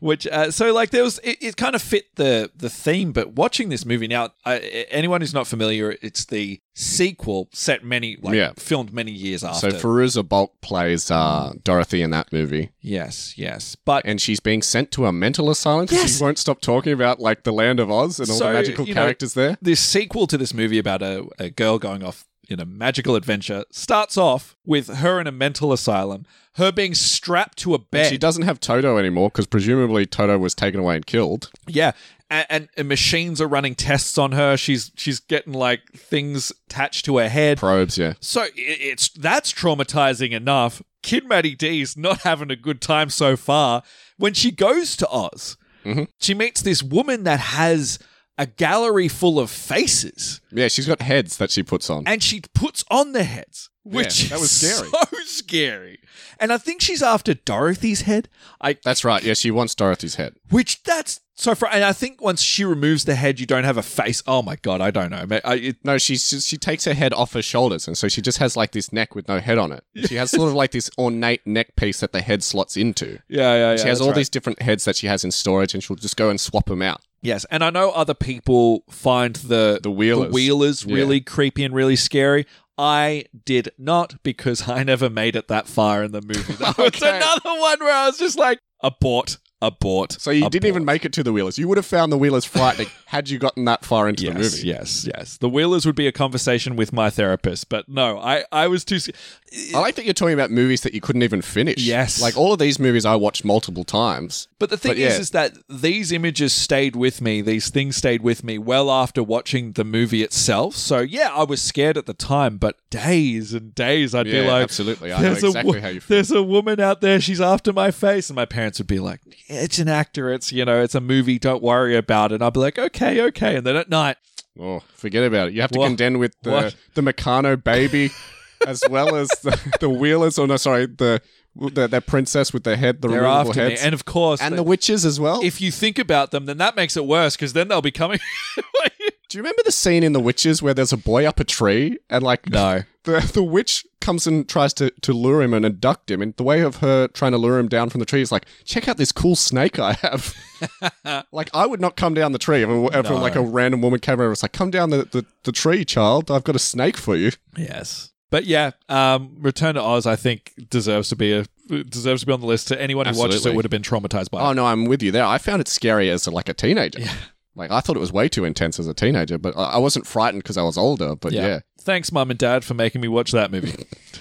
which uh, so like there was it, it kind of fit the the theme but watching this movie now I, anyone who's not familiar it's the sequel set many like Yeah. filmed many years so after Feruza Balk plays uh, Mm. Dorothy in that movie. yes yes but and she's being sent to a mental asylum because Yes. she won't stop talking about like the land of Oz and all So, the magical you know- characters there. this sequel to this movie about a, a girl going off in a magical adventure starts off with her in a mental asylum her being strapped to a And bed she doesn't have Toto anymore because presumably Toto was taken away and killed. Yeah, and, and, and machines are running tests on her. She's she's getting like things attached to her head. Probes, yeah. so it, it's that's traumatizing enough. Kid Maddie D's not having a good time so far. When she goes to Oz, Mm-hmm. she meets this woman that has a gallery full of faces, Yeah, she's got heads that she puts on. and she puts on the heads, which that was is scary. so scary. And I think she's after Dorothy's head. I That's right. Yeah, she wants Dorothy's head. Which that's so far. And I think once she removes the head, you don't have a face. Oh my god, I don't know. Ma- I, it, No, she she she takes her head off her shoulders, and so she just has like this neck with no head on it. She has sort of like this ornate neck piece that the head slots into. yeah, yeah, yeah. She has that's all right. these different heads that she has in storage, and she'll just go and swap them out. Yes, and I know other people find the The wheelers. wheelers Yeah. really creepy and really scary. I did not because I never made it that far in the movie. That was Okay. another one where I was just like, abort, abort. So you abort. didn't even make it to the Wheelers. You would have found the Wheelers frightening had you gotten that far into yes, the movie. Yes, yes. The wheelers would be a conversation with my therapist, but no, I, I was too. sc- I like that you're talking about movies that you couldn't even finish. Yes. Like all of these movies I watched multiple times. But the thing But yeah. is, is that these images stayed with me. These things stayed with me well after watching the movie itself. So yeah, I was scared at the time, but days and days, I'd be Yeah, like, absolutely. I know "There's a exactly wo- how you feel." There's a woman out there. She's after my face, and my parents would be like, "It's an actor. It's you know, it's a movie. Don't worry about it." And I'd be like, "Okay, okay." And then at night, Oh, forget about it. You have to What? contend with the What? the Meccano baby as well as the, the Wheelers or no, sorry, the the, that princess with the head, the they're removable after me, heads. and of course, And they- the witches as well. if you think about them, then that makes it worse because then they'll be coming. Do you remember the scene in The Witches where there's a boy up a tree and like no. the the witch comes and tries to, to lure him and abduct him, and the way of her trying to lure him down from the tree is like, check out this cool snake I have. like I would not come down the tree if, a, if a- like a random woman came over and was like, come down the, the, the tree, child. I've got a snake for you. Yes. But yeah, um, Return to Oz, I think deserves to be a deserves to be on the list. To anyone who watches it, Absolutely. would have been traumatized by Oh it. no, I'm with you there. I found it scary as like a teenager. Like I thought it was way too intense as a teenager, but I I wasn't frightened because I was older. But yeah. Thanks, mum and dad, for making me watch that movie.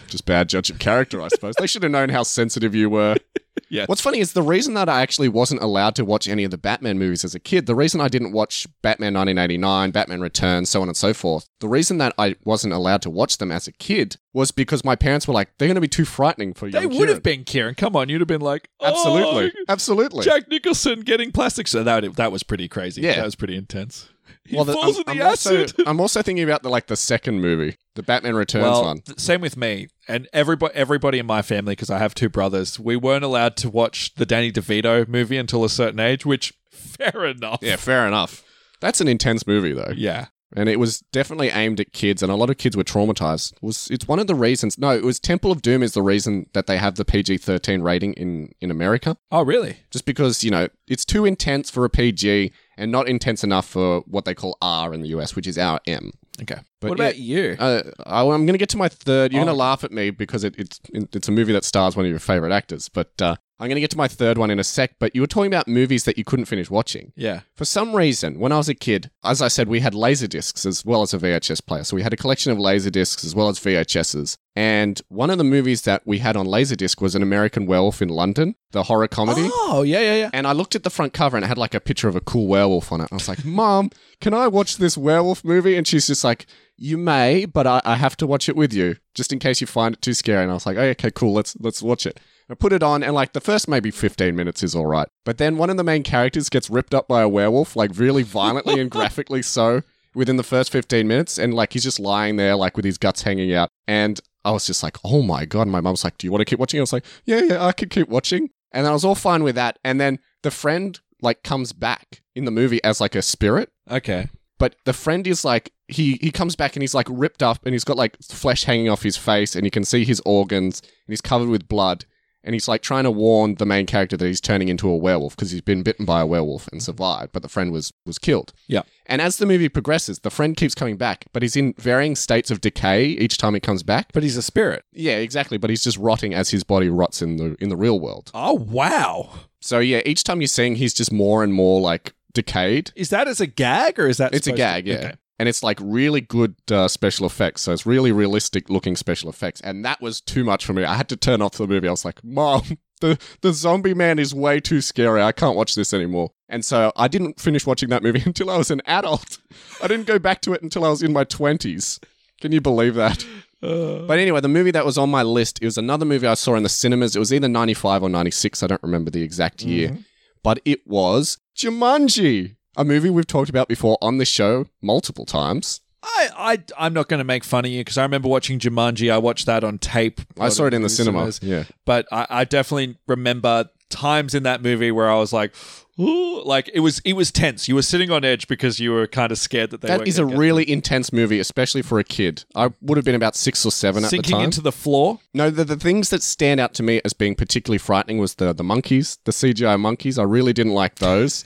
just bad judge of character, I suppose. they should have known how sensitive you were. Yeah. What's funny is the reason that I actually wasn't allowed to watch any of the Batman movies as a kid, the reason I didn't watch Batman 1989, Batman Returns, so on and so forth, the reason that I wasn't allowed to watch them as a kid was because my parents were like, they're going to be too frightening for you. they would have been, Kieran. Come on, you'd have been like, oh, Absolutely. Absolutely. Jack Nicholson getting plastic. So that that was pretty crazy. Yeah. that was pretty intense. He the- um, falls in the also, acid. I'm also thinking about the like the second movie, The Batman Returns well, one. th- same with me and everybody. Everybody in my family, because I have two brothers, we weren't allowed to watch the Danny DeVito movie until a certain age, which fair enough. Yeah, fair enough. That's an intense movie though. yeah. and it was definitely aimed at kids and a lot of kids were traumatized It was it's one of the reasons no it was temple of doom is the reason that they have the pg-13 rating in in america Oh, really? just because you know it's too intense for a pg and not intense enough for what they call r in the us which is our m Okay. But what yeah, about you? uh, I, am going to get to my third. You're Oh. going to laugh at me because it, it's it's a movie that stars one of your favorite actors. But uh, I'm going to get to my third one in a sec. But you were talking about movies that you couldn't finish watching. yeah. For some reason, when I was a kid, as I said, we had laser discs as well as a VHS player. So we had a collection of laser discs as well as VHSs. And one of the movies that we had on laser disc was An American Werewolf in London, the horror comedy. Oh, yeah, yeah, yeah. And I looked at the front cover and it had like a picture of a cool werewolf on it. I was like, Mom, can I watch this werewolf movie? And she's just like, You may, but I, I have to watch it with you, just in case you find it too scary. And I was like, oh, okay, cool, let's let's watch it. I put it on and like the first maybe 15 minutes is alright. But then one of the main characters gets ripped up by a werewolf, like really violently and graphically so within the first 15 minutes and like he's just lying there like with his guts hanging out and i was just like oh my god and my mum's like do you want to keep watching i was like yeah yeah i could keep watching and i was all fine with that and then the friend like comes back in the movie as like a spirit Okay. but the friend is like he he comes back and he's like ripped up and he's got like flesh hanging off his face and you can see his organs and he's covered with blood and he's like trying to warn the main character that he's turning into a werewolf because he's been bitten by a werewolf and survived but the friend was was killed Yeah. and as the movie progresses the friend keeps coming back but he's in varying states of decay each time he comes back But he's a spirit. yeah exactly but he's just rotting as his body rots in the in the real world Oh, wow. so yeah each time you're seeing he's just more and more like decayed Is that as a gag or is that it's a supposed- gag, yeah. Okay. And it's like really good uh, special effects. So it's really realistic looking special effects. And that was too much for me. I had to turn off the movie. I was like, Mom, the, the zombie man is way too scary. I can't watch this anymore. And so I didn't finish watching that movie until I was an adult. I didn't go back to it until I was in my 20s. Can you believe that? Uh. But anyway, the movie that was on my list, it was another movie I saw in the cinemas. It was either 95 or 96. I don't remember the exact year. Mm-hmm. But it was Jumanji, a movie we've talked about before on the show multiple times. I, I, I'm not going to make fun of you because I remember watching Jumanji. I watched that on tape. I saw it in the cinema. cinemas. Yeah. But I, I definitely remember times in that movie where I was like, Ooh, like it was it was tense. You were sitting on edge because you were kind of scared that they That weren't is a gonna get really intense movie, especially for a kid. I would have been about six or seven at the sinking time. into the floor. no, the, the things that stand out to me as being particularly frightening was the, the monkeys, the CGI monkeys. I really didn't like those.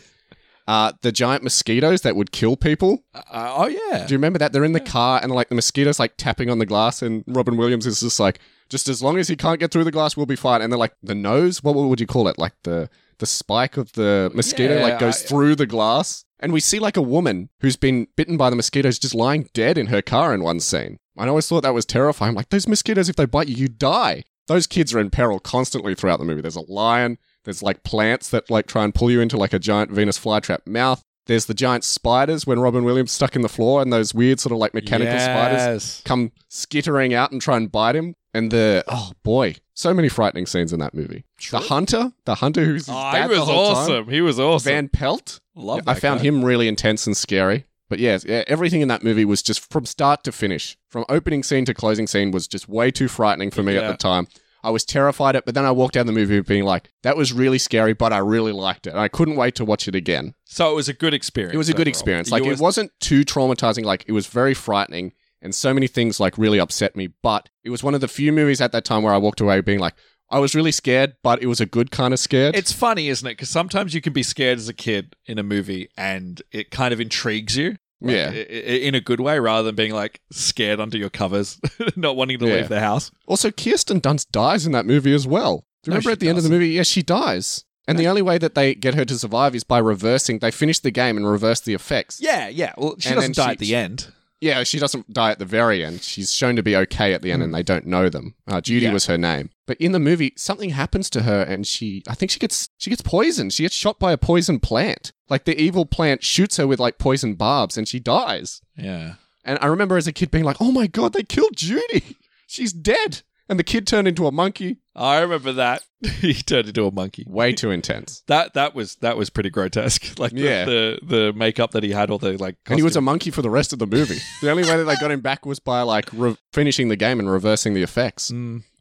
Uh, the giant mosquitoes that would kill people. Uh, oh yeah, Do you remember that? They're in the car and like the mosquitoes like tapping on the glass and Robin Williams is just like, just as long as he can't get through the glass, we'll be fine. And they're like the nose, what would you call it? Like the the spike of the mosquito Yeah, like goes I- through the glass. And we see like a woman who's been bitten by the mosquitoes just lying dead in her car in one scene. I always thought that was terrifying. Like those mosquitoes, if they bite you, you die. Those kids are in peril constantly throughout the movie. There's a lion, there's like plants that like try and pull you into like a giant Venus flytrap mouth. There's the giant spiders when Robin Williams stuck in the floor and those weird sort of like mechanical spiders Yes. come skittering out and try and bite him. And the oh boy, so many frightening scenes in that movie. The hunter, the hunter who's his Oh, dad he the was whole time. awesome. He was awesome. Van Pelt. Love I that found guy. him really intense and scary. But yeah, yeah, everything in that movie was just from start to finish, from opening scene to closing scene, was just way too frightening for me at Yeah. the time. I was terrified at, but then I walked out of the movie being like, "That was really scary, but I really liked it, and I couldn't wait to watch it again." So it was a good experience. It was a good overall. experience. You Like were- it wasn't too traumatizing. Like it was very frightening, and so many things like really upset me. But it was one of the few movies at that time where I walked away being like, "I was really scared, but it was a good kind of scared." It's funny, isn't it? Because sometimes you can be scared as a kid in a movie, and it kind of intrigues you. Like, Yeah. i- i- in a good way, rather than being like scared under your covers, not wanting to Yeah. leave the house. Also, Kirsten Dunst dies in that movie as well. Do you No, remember she at the end of the movie? Yeah, she dies. And the only way that they get her to survive is by reversing. They finish the game and reverse the effects. Yeah, yeah. Well, she And then doesn't die she- at the end. Yeah, she doesn't die at the very end. She's shown to be okay at the end, and they don't know them. Uh, Judy Hmm. Yeah. was her name, but in the movie, something happens to her, and she, I think she gets she gets poisoned. She gets shot by a poison plant. Like the evil plant shoots her with like poison barbs, and she dies. Yeah. And I remember as a kid being like, "Oh my god, they killed Judy. She's dead." And the kid turned into a monkey, I remember that. he turned into a monkey. Way too intense. That that was that was pretty grotesque. Like the, Yeah. the the makeup that he had, all the like. And he was a costume. monkey for the rest of the movie. The only way that they got him back was by like re- finishing the game and reversing the effects.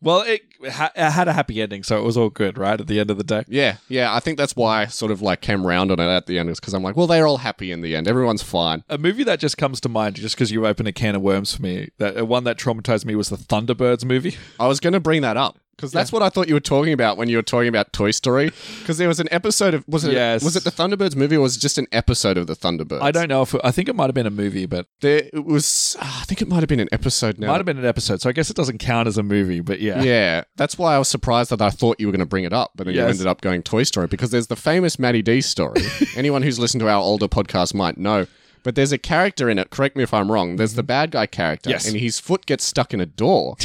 well. It, ha- it had a happy ending, so it was all good, right? At the end of the day. Yeah, yeah. I think that's why I sort of like came round on it at the end is because I'm like, well, they're all happy in the end. Everyone's fine. A movie that just comes to mind, just because you open a can of worms for me. That uh, one that traumatized me was the Thunderbirds movie. I was going to bring that up because that's what I thought you were talking about when you were talking about Toy Story. Because there was an episode of was it Yes. was it the Thunderbirds movie or was it just an episode of the Thunderbirds? I don't know if it, I think it might have been a movie, but There, it was. ah, I think it might have been an episode now. might have been an episode. So I guess it doesn't count as a movie. But yeah, Yeah, that's why I was surprised that I thought you were going to bring it up, but then you Yes. ended up going Toy Story because there's the famous Maddie D story. Anyone who's listened to our older podcast might know. But there's a character in it, correct me if I'm wrong. There's the bad guy character, Yes. and his foot gets stuck in a door.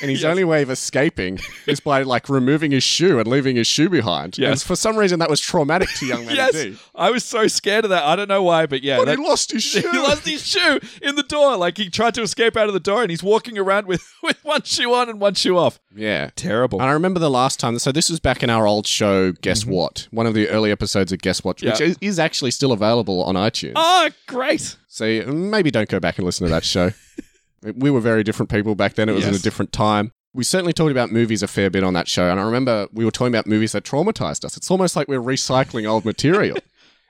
And his only way of escaping is by like removing his shoe and leaving his shoe behind. Yes. And for some reason, that was traumatic to young Maddie yes, D. I was so scared of that. I don't know why, but yeah, But that- he lost his shoe. He lost his shoe in the door. Like he tried to escape out of the door, and he's walking around with with one shoe on and one shoe off. yeah. Terrible. And I remember the last time. So this was back in our old show, Guess What? One of the early episodes of Guess What, which Yeah. is, is actually still available on iTunes. Ah, great. So maybe don't go back and listen to that show. we were very different people back then. It was in a Yes. different time. We certainly talked about movies a fair bit on that show, and I remember we were talking about movies that traumatized us. It's almost like we're recycling old material.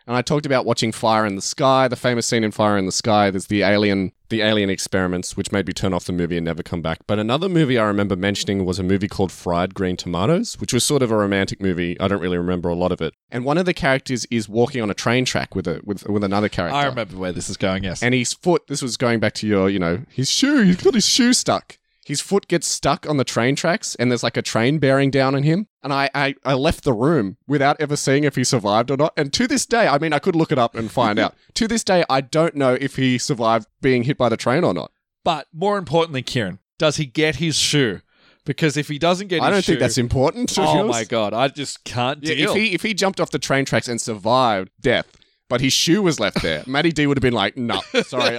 and I talked about watching Fire in the Sky, the famous scene in Fire in the Sky. There's the alien, the alien experiments, which made me turn off the movie and never come back. But another movie I remember mentioning was a movie called Fried Green Tomatoes, which was sort of a romantic movie. I don't really remember a lot of it. And one of the characters is walking on a train track with a with, with another character. I remember where this is going. Yes. And his foot, this was going back to your, you know, his shoe, he's got his shoe stuck. His foot gets stuck on the train tracks and there's like a train bearing down on him. And I, I, I left the room without ever seeing if he survived or not. And to this day, I mean, I could look it up and find out. To this day, I don't know if he survived being hit by the train or not. but more importantly, Kieran, does he get his shoe? Because if he doesn't get, I his don't think shoe- that's important. to be Oh honest. my god, I just can't Yeah, deal. if he if he jumped off the train tracks and survived death, but his shoe was left there, Matty D would have been like, "No, sorry,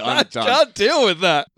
I I'm done." can't deal with that.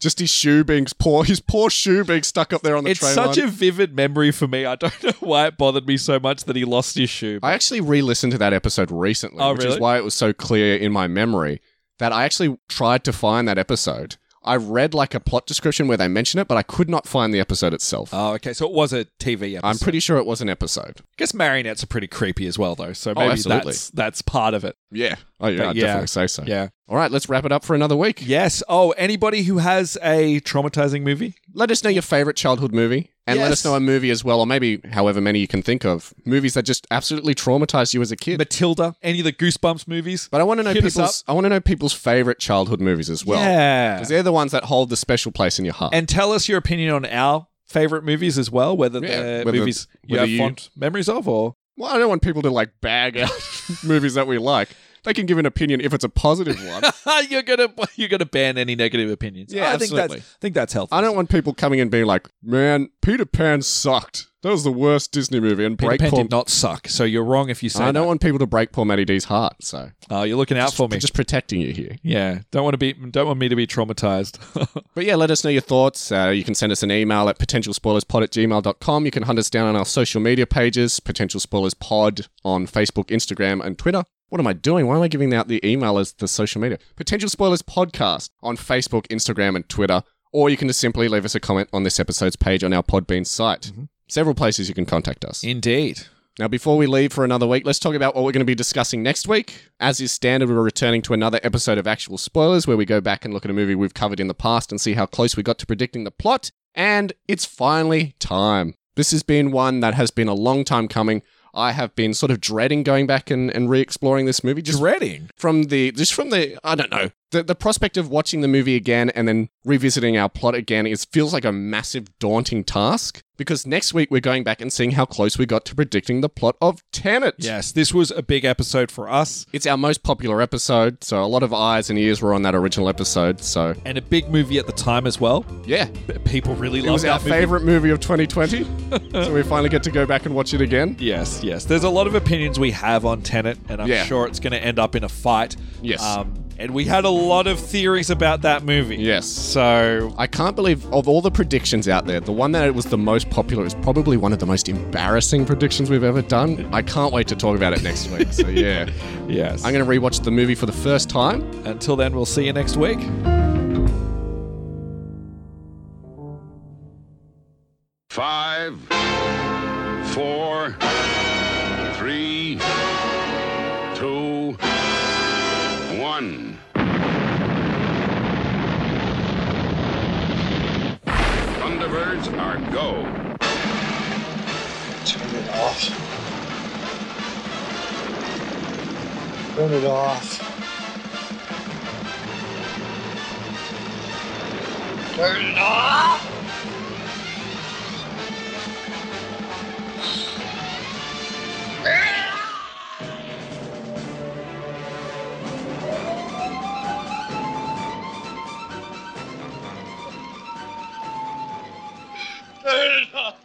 Just his shoe being poor, his poor shoe being stuck up there on the It's train. such line. a vivid memory for me. I don't know why it bothered me so much that he lost his shoe. I actually re-listened to that episode recently, Oh, which is really? why it was so clear in my memory that I actually tried to find that episode. I read like a plot description where they mention it, but I could not find the episode itself. Oh, okay. So it was a TV episode. I'm pretty sure it was an episode. I guess marionettes are pretty creepy as well, though. So maybe absolutely. that's that's part of it. Yeah. Oh yeah, But I'd yeah. definitely say so. Yeah. All right, let's wrap it up for another week. Yes. Oh, anybody who has a traumatizing movie? Let us know your favorite childhood movie, and let Yes. us know a movie as well, or maybe however many you can think of movies that just absolutely traumatized you as a kid. Matilda? Any of the Goosebumps movies? but I want to know Hit us people's. I want to know people's favorite childhood movies as well. yeah. Because they're the ones that hold the special place in your heart. And tell us your opinion on our favorite movies as well, whether Yeah, they're whether- movies you whether have you- fond memories of or. Well, I don't want people to like bag out movies that we like. They can give an opinion if it's a positive one. you're gonna you're gonna ban any negative opinions. Yeah, I think absolutely. that's I think that's healthy. I don't want people coming and being like, "Man, Peter Pan sucked. That was the worst Disney movie." And Peter break Pan poor. did not suck, so you're wrong if you say I that. don't want people to break poor Matty D's heart. So Oh, you're looking out for me. just protecting you here. yeah, don't want to be don't want me to be traumatized. But yeah, let us know your thoughts. Uh, you can send us an email at potentialspoilerspod at gmail.com. You can hunt us down on our social media pages, Potential Spoilers Pod on Facebook, Instagram, and Twitter. What am I doing? Why am I giving out the email as the social media? Potential Spoilers Podcast on Facebook, Instagram, and Twitter. Or you can just simply leave us a comment on this episode's page on our Podbean site. Several places you can contact us. Indeed. Now, before we leave for another week, let's talk about what we're going to be discussing next week. As is standard, we're returning to another episode of Actual Spoilers, where we go back and look at a movie we've covered in the past and see how close we got to predicting the plot. And it's finally time. This has been one that has been a long time coming. I have been sort of dreading going back and, and re exploring this movie. Just dreading. from the just from the I don't know the the prospect of watching the movie again and then revisiting our plot again is feels like a massive daunting task because next week we're going back and seeing how close we got to predicting the plot of Tenet. Yes, this was a big episode for us It's our most popular episode, so a lot of eyes and ears were on that original episode. So and a big movie at the time as well. yeah, P- People really it loved was our that movie. favorite movie of 2020. so we finally get to go back and watch it again. Yes, yes. There's a lot of opinions we have on Tenet, and I'm Yeah. sure it's going to end up in a fight. Yes. Um, And we had a lot of theories about that movie. Yes. So, I can't believe of all the predictions out there, the one that was the most popular is probably one of the most embarrassing predictions we've ever done. I can't wait to talk about it next week. So yeah, yes. I'm going to rewatch the movie for the first time. Until then, we'll see you next week. Five, four, three, two, one. Thunderbirds are go. Turn it off. Turn it off. Turn it off! Turn it off!